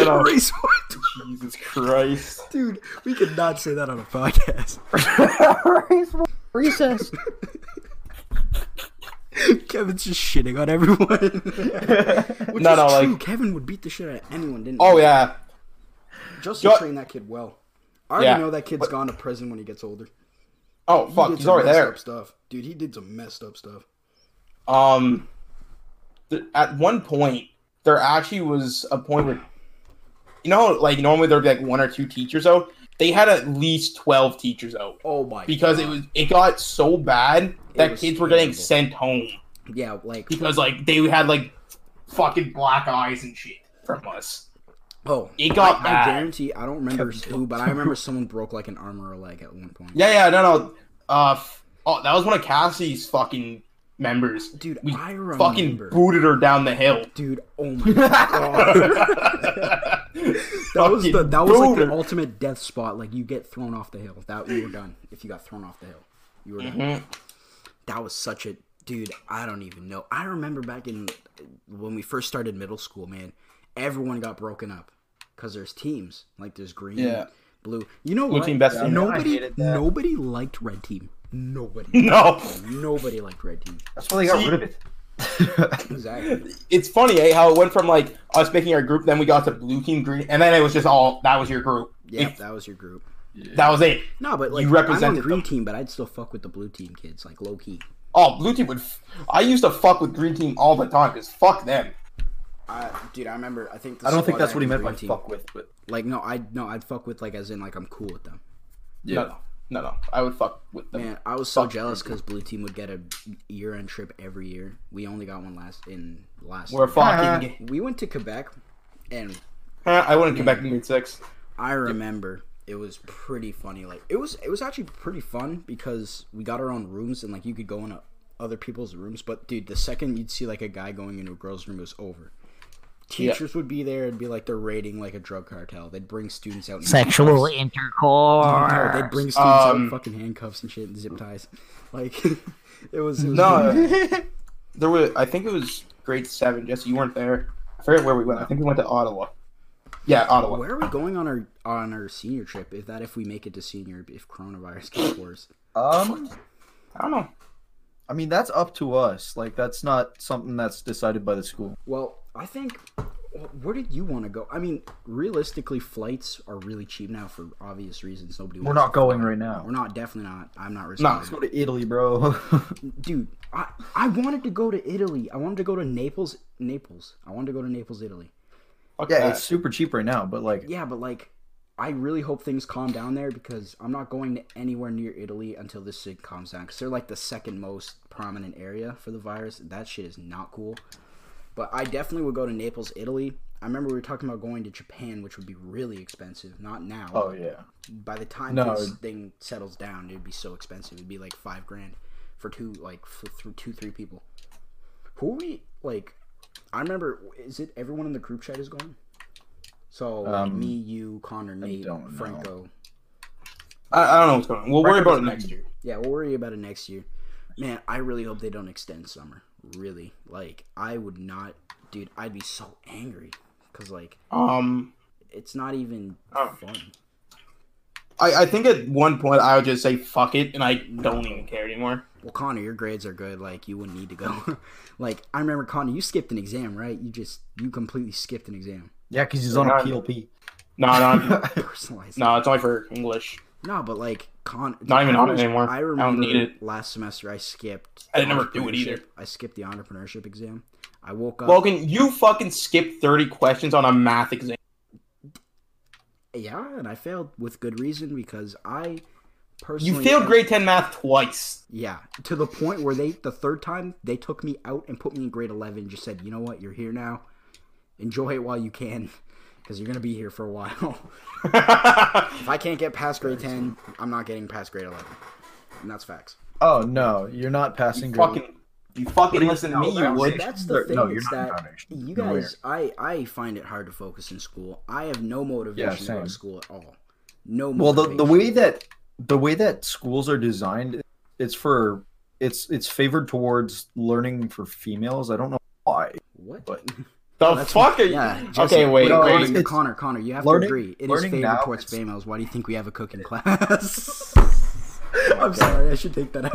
Speaker 3: no.
Speaker 1: race war,
Speaker 3: Jesus Christ!
Speaker 1: dude. We could not say that on a podcast.
Speaker 2: Recess.
Speaker 1: Kevin's just shitting on everyone. Which
Speaker 3: No,
Speaker 1: is
Speaker 3: no, like-
Speaker 1: true. Kevin would beat the shit out of anyone, didn't?
Speaker 3: Oh
Speaker 1: he?
Speaker 3: yeah,
Speaker 1: Justin
Speaker 3: Ju-
Speaker 1: trained that kid well. I already
Speaker 3: Yeah,
Speaker 1: know that kid's
Speaker 3: but-
Speaker 1: gone to prison when he gets older.
Speaker 3: Oh
Speaker 1: He
Speaker 3: fuck,
Speaker 1: did
Speaker 3: he's
Speaker 1: some
Speaker 3: already
Speaker 1: messed
Speaker 3: there.
Speaker 1: Up stuff, dude. He did some messed up stuff.
Speaker 3: Um, th- at one point, there actually was a point where, you know, like normally there'd be like one or two teachers out. They had at least twelve teachers out
Speaker 1: Oh my.
Speaker 3: because it was it got so bad that
Speaker 1: was
Speaker 3: kids were getting
Speaker 1: terrible.
Speaker 3: sent home
Speaker 1: yeah, like
Speaker 3: because like they had like fucking black eyes and shit from us.
Speaker 1: oh,
Speaker 3: It got
Speaker 1: I, I
Speaker 3: bad.
Speaker 1: guarantee. I don't remember who, but I remember someone broke like an arm or a leg at one point.
Speaker 3: Yeah, yeah, no, no. Uh, f- oh, that was one of Cassie's fucking members.
Speaker 1: Dude,
Speaker 3: we
Speaker 1: I remember.
Speaker 3: fucking booted her down the hill.
Speaker 1: dude, oh my god. That was the that was like the ultimate death spot. Like you get thrown off the hill. That you were done. If you got thrown off the hill, you were
Speaker 3: Mm-hmm.
Speaker 1: done. That was such a dude. I don't even know. I remember back in when we first started middle school, man. Everyone got broken up because there's teams. Like there's green,
Speaker 3: Yeah.
Speaker 1: blue. You know
Speaker 3: Blue
Speaker 1: what?
Speaker 3: team, best team.
Speaker 2: I
Speaker 1: Nobody,
Speaker 2: hated that.
Speaker 1: nobody liked red team. Nobody,
Speaker 3: No,
Speaker 1: nobody liked red team.
Speaker 2: That's why they got
Speaker 3: See-
Speaker 2: rid of it.
Speaker 1: Exactly.
Speaker 3: it's funny eh, how it went from like us making our group, then we got to blue team, green, and then it was just all that was your group.
Speaker 1: Yeah,
Speaker 3: If-
Speaker 1: that was your group.
Speaker 3: that was it.
Speaker 1: No, but like I'm on
Speaker 3: represented
Speaker 1: green
Speaker 3: them.
Speaker 1: team, but I'd still fuck with the blue team kids, like low key.
Speaker 3: Oh, blue team would. F- I used to fuck with green team all the time because fuck them.
Speaker 1: I, dude, I remember. I think. The
Speaker 2: I don't think
Speaker 1: squad
Speaker 2: that's
Speaker 1: I
Speaker 2: what he
Speaker 1: had in
Speaker 2: meant by
Speaker 1: green team-
Speaker 2: fuck with, but
Speaker 1: Like, no, I no, I'd fuck with like as in like I'm cool with them.
Speaker 3: No, no, no, no. I would fuck with them.
Speaker 1: Man, I was so jealous because blue team would get a year-end trip every year. We only got one last in last.
Speaker 3: We're
Speaker 1: year.
Speaker 3: fucking.
Speaker 1: we went to Quebec, and
Speaker 3: Huh, Eh, I wouldn't come back in grade six.
Speaker 1: I remember it was pretty funny. Like it was, it was actually pretty fun because we got our own rooms and like you could go in a other people's rooms, but dude, the second you'd see like a guy going into a girl's room, it was over. Teachers would be there and be like they're raiding like a drug cartel. They'd bring students out. in
Speaker 6: Sexual
Speaker 1: handcuffs. No,
Speaker 6: intercourse.
Speaker 1: they'd bring students out in
Speaker 3: Um,
Speaker 1: fucking handcuffs and shit and zip ties. Like it was. It was
Speaker 3: No, uh, there was. I think it was grade seven. Jesse, you weren't there. I forget where we went. I think we went to Ottawa. Yeah, Ottawa.
Speaker 1: Where are we going on our on our senior trip? If that if we make it to senior, if coronavirus gets worse,
Speaker 2: Um,
Speaker 3: I don't know.
Speaker 2: I mean that's up to us. Like that's not something that's decided by the school.
Speaker 1: well, I think. well, Where did you want to go? I mean, realistically, flights are really cheap now for obvious reasons. Nobody.
Speaker 2: We're
Speaker 1: wants
Speaker 2: not
Speaker 1: to
Speaker 2: going
Speaker 1: fly.
Speaker 2: right now.
Speaker 1: We're not. Definitely not. I'm not
Speaker 2: Let's
Speaker 1: responding.
Speaker 2: go to Italy, bro.
Speaker 1: Dude, I I wanted to go to Italy. I wanted to go to Naples. Naples. I wanted to go to Naples, Italy.
Speaker 3: Fuck
Speaker 2: yeah,
Speaker 3: that.
Speaker 2: it's super cheap right now, but like
Speaker 1: Yeah, but like, I really hope things calm down there because I'm not going to anywhere near Italy until this shit calms down. Because they're like the second most prominent area for the virus. That shit is not cool. But I definitely would go to Naples, Italy. I remember we were talking about going to Japan, which would be really expensive. Not now.
Speaker 2: oh yeah.
Speaker 1: By the time
Speaker 2: No.
Speaker 1: this thing settles down, it'd be so expensive. It'd be like five grand for two, like for th- two, three people. Who are we? Like, I remember. Is it everyone in the group chat is going? So like,
Speaker 2: Um,
Speaker 1: me, you, Connor, Nate,
Speaker 2: don't know.
Speaker 1: Franco.
Speaker 3: I, I don't know what's going on. We'll worry about it next year.
Speaker 1: Yeah, we'll worry about it next year. Man, I really hope they don't extend summer. Really, like, I would not, dude. I'd be so angry because like
Speaker 3: Um,
Speaker 1: it's not even
Speaker 3: Oh.
Speaker 1: fun.
Speaker 3: I, I think at one point I would just say fuck it, and I don't even care anymore.
Speaker 1: Well, Connor, your grades are good. Like, you wouldn't need to go. like, I remember Connor, you skipped an exam, right? You just you completely skipped an exam.
Speaker 2: Yeah, because he's on a
Speaker 3: Not-
Speaker 2: PLP.
Speaker 3: No, no,
Speaker 1: Personalized.
Speaker 3: no. It's only for English.
Speaker 1: No, but like con.
Speaker 3: Not even
Speaker 1: I
Speaker 3: on it
Speaker 1: was-
Speaker 3: anymore.
Speaker 1: I
Speaker 3: I don't
Speaker 1: remember
Speaker 3: need it.
Speaker 1: last semester I skipped.
Speaker 3: I didn't ever do it
Speaker 1: entrepreneurship.
Speaker 3: either.
Speaker 1: I skipped the entrepreneurship exam. I woke up.
Speaker 3: Logan, you fucking skipped thirty questions on a math exam.
Speaker 1: yeah, and I failed with good reason because I personally
Speaker 3: You failed grade ten math twice.
Speaker 1: Yeah, to the point where they the third time they took me out and put me in grade eleven. Just said, you know what, you're here now. Enjoy it while you can, because you're gonna be here for a while. if I can't get past grade ten, I'm not getting past grade eleven, and that's facts.
Speaker 2: Oh no, you're not passing.
Speaker 3: You
Speaker 2: grade.
Speaker 3: fucking, you fucking listen to me, you would.
Speaker 1: That's the thing.
Speaker 2: No, you're
Speaker 1: is
Speaker 2: not in
Speaker 1: that
Speaker 2: foundation.
Speaker 1: you
Speaker 2: No way.
Speaker 1: guys, I I find it hard to focus in school. I have no motivation to go
Speaker 2: same.
Speaker 1: to school at all. No.
Speaker 2: Well, the, the
Speaker 1: motivation.
Speaker 2: way that the way that schools are designed, it's for it's it's favored towards learning for females. I don't know why.
Speaker 1: what.
Speaker 2: but-
Speaker 3: The
Speaker 1: That's-
Speaker 3: fuck are you?
Speaker 1: Yeah.
Speaker 3: okay, wait.
Speaker 2: no,
Speaker 3: wait.
Speaker 1: Connor,
Speaker 2: it's-
Speaker 1: Connor, Connor, you have
Speaker 2: learning-
Speaker 1: to agree. It is
Speaker 2: learning
Speaker 1: favored
Speaker 2: now,
Speaker 1: towards
Speaker 2: it's-
Speaker 1: females. Why do you think we have a cooking class? I'm sorry. I should take that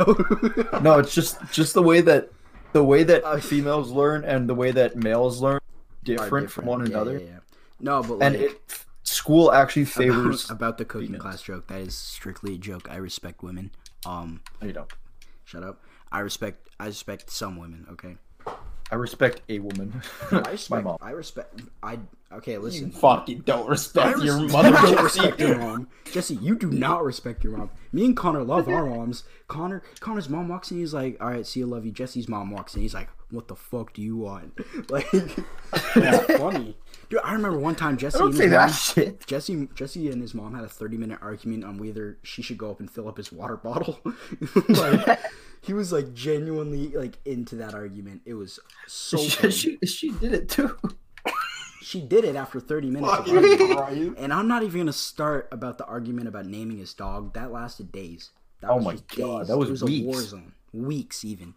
Speaker 1: out.
Speaker 2: No, it's just just the way that the way that
Speaker 1: Uh,
Speaker 2: females learn and the way that males learn different, from one
Speaker 1: Yeah,
Speaker 2: another.
Speaker 1: Yeah, yeah. No, but like,
Speaker 2: And it school actually favors
Speaker 1: about, about the cooking
Speaker 2: females.
Speaker 1: class joke. That is strictly a joke. I respect women. Um,
Speaker 2: you know.
Speaker 1: shut up. I respect. I respect some women. Okay.
Speaker 2: I respect a woman.
Speaker 1: I
Speaker 2: My
Speaker 1: respect.
Speaker 2: mom.
Speaker 1: I respect. I okay.
Speaker 3: You
Speaker 1: Listen.
Speaker 3: fucking don't
Speaker 1: I
Speaker 3: respect your
Speaker 1: res-
Speaker 3: mother.
Speaker 1: I don't
Speaker 3: Jesse.
Speaker 1: respect your mom, Jesse. You do not respect your mom. Me and Connor love our moms. Connor, Connor's mom walks in. He's like, "All right, see, you, love you." Jesse's mom walks in. He's like, "What the fuck do you want?" Like, that's funny, dude. I remember one time Jesse. and his mom-
Speaker 2: shit.
Speaker 1: Jesse, Jesse and his mom had a 30 minute argument on whether she should go up and fill up his water bottle. like, he was like genuinely like into that argument. It was so.
Speaker 2: She,
Speaker 1: funny.
Speaker 2: she, she did it too.
Speaker 1: She did it after 30 minutes. of
Speaker 3: Fucking
Speaker 1: argument.
Speaker 3: Christ.
Speaker 1: And I'm not even gonna start about the argument about naming his dog. That lasted days. That
Speaker 2: Oh
Speaker 1: was
Speaker 2: my
Speaker 1: just
Speaker 2: God,
Speaker 1: days.
Speaker 2: that was
Speaker 1: it was a
Speaker 2: weeks.
Speaker 1: war zone. Weeks even.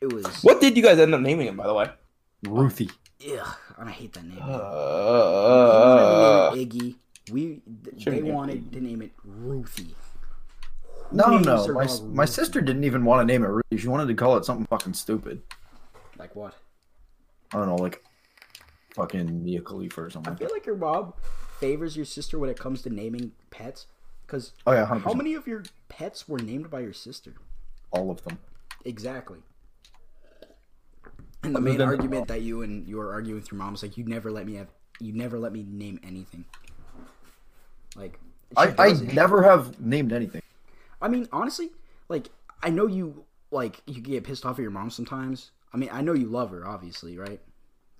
Speaker 1: It was.
Speaker 3: What did you guys end up naming him, by the way?
Speaker 2: Ruthie.
Speaker 1: Ugh, and I hate that name.
Speaker 3: Uh,
Speaker 2: uh.
Speaker 1: We wanted to name it Iggy. We th-
Speaker 3: Shouldn't
Speaker 1: they
Speaker 3: name it
Speaker 1: wanted to name it Ruthie. Who
Speaker 2: No,
Speaker 1: names
Speaker 2: no.
Speaker 1: their
Speaker 2: My,
Speaker 1: dog
Speaker 2: my
Speaker 1: Ruthie?
Speaker 2: sister didn't even want to name it Ruthie. She wanted to call it something fucking stupid.
Speaker 1: Like what?
Speaker 2: I don't know, like fucking Mia Khalifa or
Speaker 1: I
Speaker 2: something.
Speaker 1: feel like your mom favors your sister when it comes to naming pets. Cause
Speaker 2: Oh yeah, 100%.
Speaker 1: how many of your pets were named by your sister?
Speaker 2: All of them.
Speaker 1: Exactly. And the
Speaker 2: Other
Speaker 1: main
Speaker 2: than-
Speaker 1: argument that you and you were arguing with your mom was like, you never let me have, you never let me name anything. Like, she
Speaker 2: I, I
Speaker 1: doesn't.
Speaker 2: never have named anything.
Speaker 1: I mean, honestly, like, I know you, like, you get pissed off at your mom sometimes. I mean, I know you love her, obviously, right?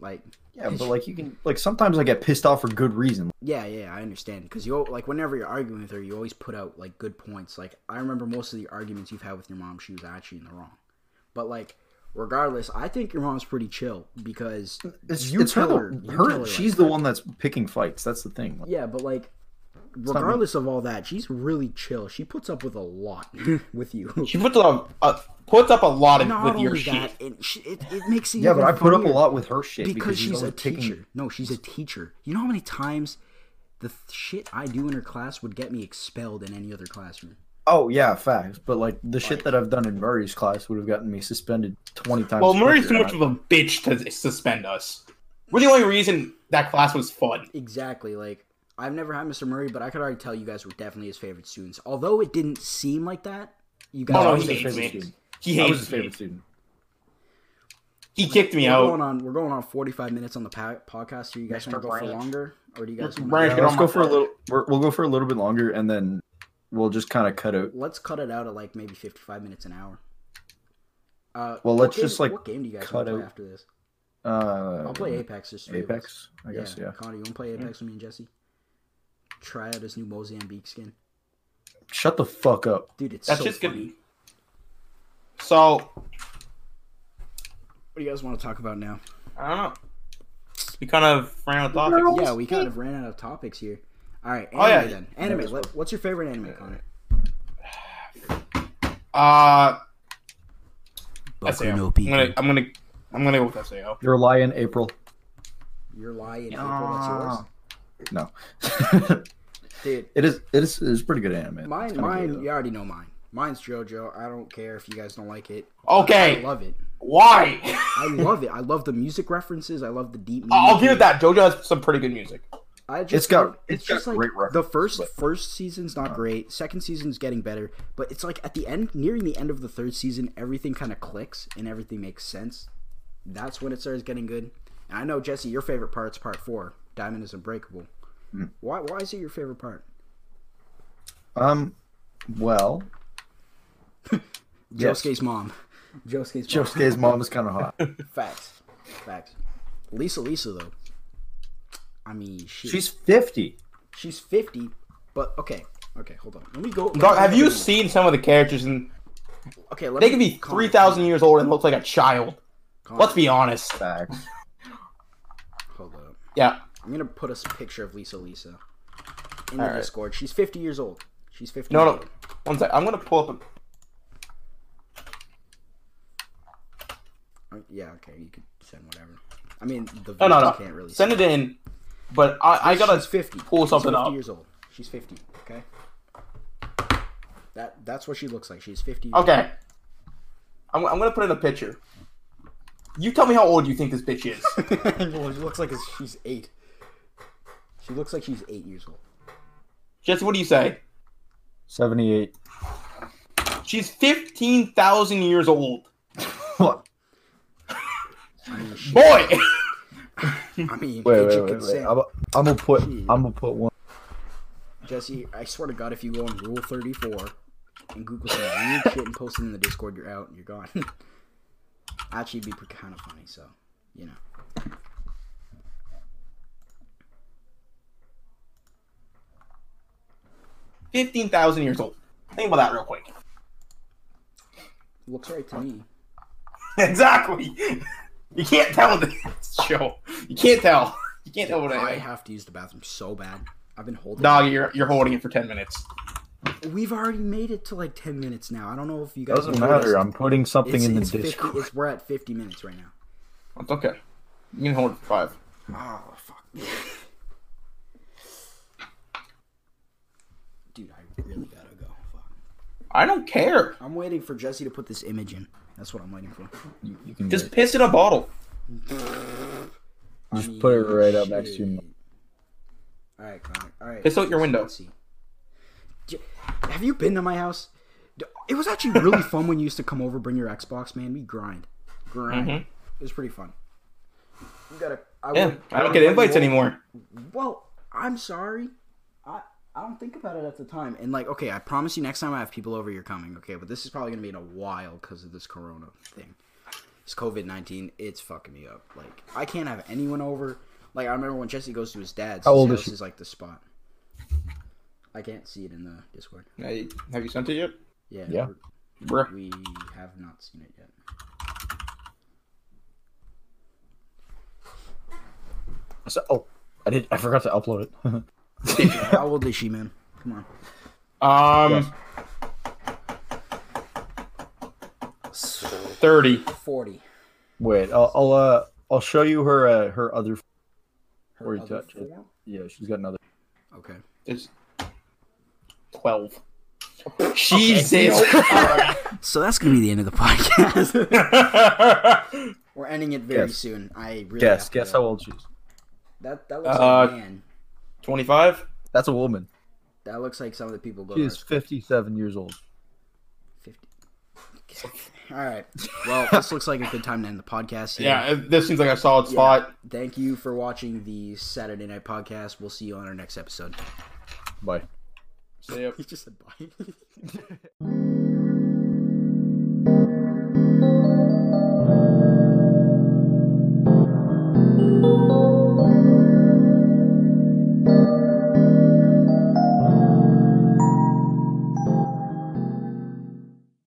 Speaker 1: Like,
Speaker 2: Yeah, but like you can like sometimes I get pissed off for good reason.
Speaker 1: yeah, yeah, I understand. Because you, al- like, whenever you're arguing with her, you always put out, like, good points. Like, I remember most of the arguments you've had with your mom, she was actually in the wrong. But like, regardless, I think your mom's pretty chill because
Speaker 2: It's,
Speaker 1: You
Speaker 2: it's her.
Speaker 1: tell her- you
Speaker 2: the-
Speaker 1: tell
Speaker 2: her,
Speaker 1: her, like,
Speaker 2: she's the one that's picking fights. That's the thing. Like,
Speaker 1: yeah. But like,
Speaker 2: not me.
Speaker 1: regardless of all that, she's really chill. She puts up with a lot with you.
Speaker 3: She puts up a, uh, puts up a lot of,
Speaker 1: Not
Speaker 3: with your
Speaker 1: only
Speaker 3: shit.
Speaker 1: that, it, she, it, it makes it
Speaker 2: yeah, but
Speaker 1: even
Speaker 2: I put up a
Speaker 1: funnier.
Speaker 2: lot with her shit
Speaker 1: because, she's a
Speaker 2: always picking-
Speaker 1: teacher. No, she's a teacher. You know how many times the th- shit I do in her class would get me expelled in any other classroom.
Speaker 2: Oh yeah, facts. But like the shit that I've done in Murray's class would have gotten me suspended twenty times.
Speaker 3: Well, Murray's too
Speaker 2: quicker,
Speaker 3: much of a bitch to suspend us. We're the only reason that class was fun.
Speaker 1: Exactly. Like I've never had Mr. Murray, but I could already tell you guys were definitely his favorite students. Although it didn't seem like that, you guys.
Speaker 3: Oh, no,
Speaker 2: I
Speaker 1: were
Speaker 2: was
Speaker 3: he
Speaker 2: his
Speaker 1: definitely-
Speaker 3: hates
Speaker 2: favorite
Speaker 3: me.
Speaker 2: student.
Speaker 3: He
Speaker 2: I
Speaker 3: hates
Speaker 2: was his favorite
Speaker 3: me.
Speaker 2: student.
Speaker 3: He kicked me
Speaker 1: we're
Speaker 3: out.
Speaker 1: Going on, we're going on 45 minutes on the po- podcast. Do you guys want to go for longer, or do you guys?
Speaker 3: Mr.
Speaker 1: wanna-
Speaker 3: Branch,
Speaker 2: Yeah,
Speaker 3: get
Speaker 2: let's
Speaker 3: on
Speaker 2: go
Speaker 3: my
Speaker 2: for a
Speaker 3: phone.
Speaker 2: little. We're, we'll go for a little bit longer, and then we'll just kind of cut out.
Speaker 1: Let's cut it out at like maybe 55 minutes an hour. Uh, what
Speaker 2: Well, let's
Speaker 1: game-
Speaker 2: just, like,
Speaker 1: what game do you guys
Speaker 2: cut
Speaker 1: want to play
Speaker 2: out-
Speaker 1: after this?
Speaker 2: Uh,
Speaker 1: I'll play Apex. Just three of us.
Speaker 2: Apex, I guess. Yeah.
Speaker 1: Connor, you want to play Apex with me and Jesse? Try out his new Mozambique skin,
Speaker 2: Shut the fuck up.
Speaker 1: dude. It's
Speaker 3: That's
Speaker 1: so
Speaker 3: just
Speaker 1: funny.
Speaker 3: good. So
Speaker 1: What do you guys want to talk about now?
Speaker 3: I don't know. We kind of ran out of topics.
Speaker 1: Yeah, we kind of ran out of topics here. All right, anime
Speaker 3: Oh, yeah.
Speaker 1: then. Anime. What, what's your favorite anime, Connor?
Speaker 3: Uh,
Speaker 4: That's
Speaker 3: SAO. I'm gonna, I'm gonna, I'm gonna go with Sao.
Speaker 2: You're lying, April.
Speaker 1: Your lie in April. What's
Speaker 2: Ah.
Speaker 1: yours,
Speaker 2: No.
Speaker 1: dude?
Speaker 2: it is. It is. It's pretty good anime. It's
Speaker 1: Mine,
Speaker 2: kinda
Speaker 1: mine.
Speaker 2: good,
Speaker 1: You already know mine. Mine's JoJo. I don't care if you guys don't like it. I
Speaker 3: Okay,
Speaker 1: love it.
Speaker 3: why?
Speaker 1: I love it. I love the music references. I love the deep.
Speaker 3: I'll
Speaker 1: meaning.
Speaker 3: give it that. JoJo has some pretty good music.
Speaker 1: I just
Speaker 2: It's got-
Speaker 1: like-
Speaker 2: it's
Speaker 1: it's,
Speaker 2: got
Speaker 1: just like
Speaker 2: great references,
Speaker 1: the first
Speaker 2: but- Uh.
Speaker 1: first season's not great. Second season's getting better, but it's like at the end, nearing the end of the third season, everything kind of clicks and everything makes sense. That's when it starts getting good. And I know Jesse, your favorite part's part four. Diamond is unbreakable.
Speaker 2: Hmm.
Speaker 1: Why? Why is it your favorite part?
Speaker 2: though. Um. Well. yes.
Speaker 1: Josuke's mom. Josuke's mom.
Speaker 2: Josuke's mom is kind of hot.
Speaker 1: Facts. Facts. Lisa, Lisa though. I mean, she,
Speaker 2: She's fifty.
Speaker 1: she's fifty, but okay, okay, hold on. Let me go.
Speaker 3: Dog, have you seen some of the characters? And
Speaker 1: Okay, let
Speaker 3: they
Speaker 1: me-
Speaker 3: could be
Speaker 1: Connor,
Speaker 3: three thousand years old and look like a child.
Speaker 1: Connor,
Speaker 3: Let's be honest.
Speaker 2: Facts.
Speaker 1: Hold up.
Speaker 3: Yeah,
Speaker 1: I'm gonna put us a picture of Lisa Lisa in the
Speaker 3: Alright.
Speaker 1: Discord. She's 50 years old. She's 50.
Speaker 3: No,
Speaker 1: years
Speaker 3: no.
Speaker 1: old.
Speaker 3: One sec. I'm gonna pull up. A...
Speaker 1: Uh, Yeah, okay. You could send whatever. I mean, the
Speaker 3: No, no,
Speaker 1: viewers
Speaker 3: no.
Speaker 1: can't really.
Speaker 3: Send it in. But I, I gotta.
Speaker 1: She's 50.
Speaker 3: pull
Speaker 1: She's
Speaker 3: something
Speaker 1: 50
Speaker 3: up.
Speaker 1: years old. She's 50. Okay. That that's what she looks like. She's 50. years
Speaker 3: Okay. I'm, I'm gonna put in a picture. You tell me how old you think this bitch is.
Speaker 1: old. well, she looks like it's- she's eight. She looks like she's eight years old.
Speaker 3: Jesse, what do you say?
Speaker 2: Seventy-eight.
Speaker 3: She's fifteen thousand years old.
Speaker 2: What?
Speaker 1: I mean, she,
Speaker 3: Boy.
Speaker 1: I mean,
Speaker 2: Wait,
Speaker 1: age
Speaker 2: wait,
Speaker 1: of
Speaker 2: wait, wait.
Speaker 1: consent.
Speaker 2: I'm, I'm gonna put.
Speaker 1: Jeez.
Speaker 2: I'm gonna put one.
Speaker 1: Jesse, I swear to God, if you go on Rule 34 and Google some weird shit and post it in the Discord, you're out and you're gone. Actually, it'd be kind of funny, so, you know.
Speaker 3: Fifteen thousand years old. Think about that real quick.
Speaker 1: Looks right to me.
Speaker 3: exactly. You can't tell this show. You can't tell. You can't tell what
Speaker 1: I
Speaker 3: I.
Speaker 1: have to use the bathroom so bad. I've been holding
Speaker 3: No, you're you're holding it for ten minutes.
Speaker 1: We've already made it to like 10 minutes now. I don't know if you guys.
Speaker 2: Doesn't
Speaker 1: noticed.
Speaker 2: matter. I'm putting something
Speaker 1: It's,
Speaker 2: in the
Speaker 1: it's 50,
Speaker 2: Discord.
Speaker 1: it's, we're at 50 minutes right now.
Speaker 3: It's okay. You can hold it for five.
Speaker 1: Oh, fuck. Dude, I really gotta go. Fuck.
Speaker 3: I don't care.
Speaker 1: I'm waiting for Jesse to put this image in. That's what I'm waiting for.
Speaker 2: You, you can
Speaker 3: Just piss in a bottle.
Speaker 2: just put it right up next to you.
Speaker 1: All right, Connor. All right.
Speaker 3: Piss out your window.
Speaker 1: Let's see. J- Have you been to my house? D- It was actually really fun when you used to come over, bring your Xbox, man. We grind, grind. It was pretty fun. You gotta. I
Speaker 3: Mm-hmm. Yeah,
Speaker 1: would-
Speaker 3: I don't
Speaker 1: would
Speaker 3: get
Speaker 1: like
Speaker 3: invites
Speaker 1: more-
Speaker 3: anymore.
Speaker 1: Well, I'm sorry. I I don't think about it at the time. And like, okay, I promise you, next time I have people over, you're coming. Okay, but this is probably gonna be in a while because of this Corona thing. It's COVID nineteen. It's fucking me up. Like, I can't have anyone over. Like, I remember when Jesse goes to his dad's.
Speaker 2: How
Speaker 1: his
Speaker 2: old is
Speaker 1: house
Speaker 2: she?
Speaker 1: is like the spot. I can't see it in the Discord.
Speaker 3: Hey, Have you sent it yet?
Speaker 1: Yeah.
Speaker 2: Yeah.
Speaker 1: we're-
Speaker 3: Bruh.
Speaker 1: We have not seen it yet.
Speaker 2: So, oh, I did. I forgot to upload it.
Speaker 1: How old is she, man? Come on.
Speaker 3: Um, thirty.
Speaker 1: 40.
Speaker 2: Wait, I'll I'll, uh, I'll show you her uh, her other.
Speaker 1: Her
Speaker 2: Or you
Speaker 1: other
Speaker 2: touch it.
Speaker 1: four?
Speaker 2: Yeah, she's got another.
Speaker 1: Okay.
Speaker 3: There's twelve. Jesus.
Speaker 1: So that's going to be the end of the podcast.
Speaker 3: uh,
Speaker 1: We're ending it very
Speaker 2: Guess.
Speaker 1: soon. I really
Speaker 2: Guess
Speaker 1: have to
Speaker 2: guess
Speaker 1: go.
Speaker 2: how old she is.
Speaker 1: That, that looks
Speaker 3: Uh,
Speaker 1: like a man.
Speaker 3: Twenty-five.
Speaker 2: That's a woman.
Speaker 1: That looks like some of the people go
Speaker 2: She
Speaker 1: to
Speaker 2: is fifty seven years old.
Speaker 1: All right. Well, this looks like a good time to end the podcast. here.
Speaker 3: Yeah, this seems like a solid
Speaker 1: Yeah.
Speaker 3: spot.
Speaker 1: Thank you for watching the Saturday Night Podcast. We'll see you on our next episode.
Speaker 2: Bye.
Speaker 3: So, yep.
Speaker 1: He just said bye.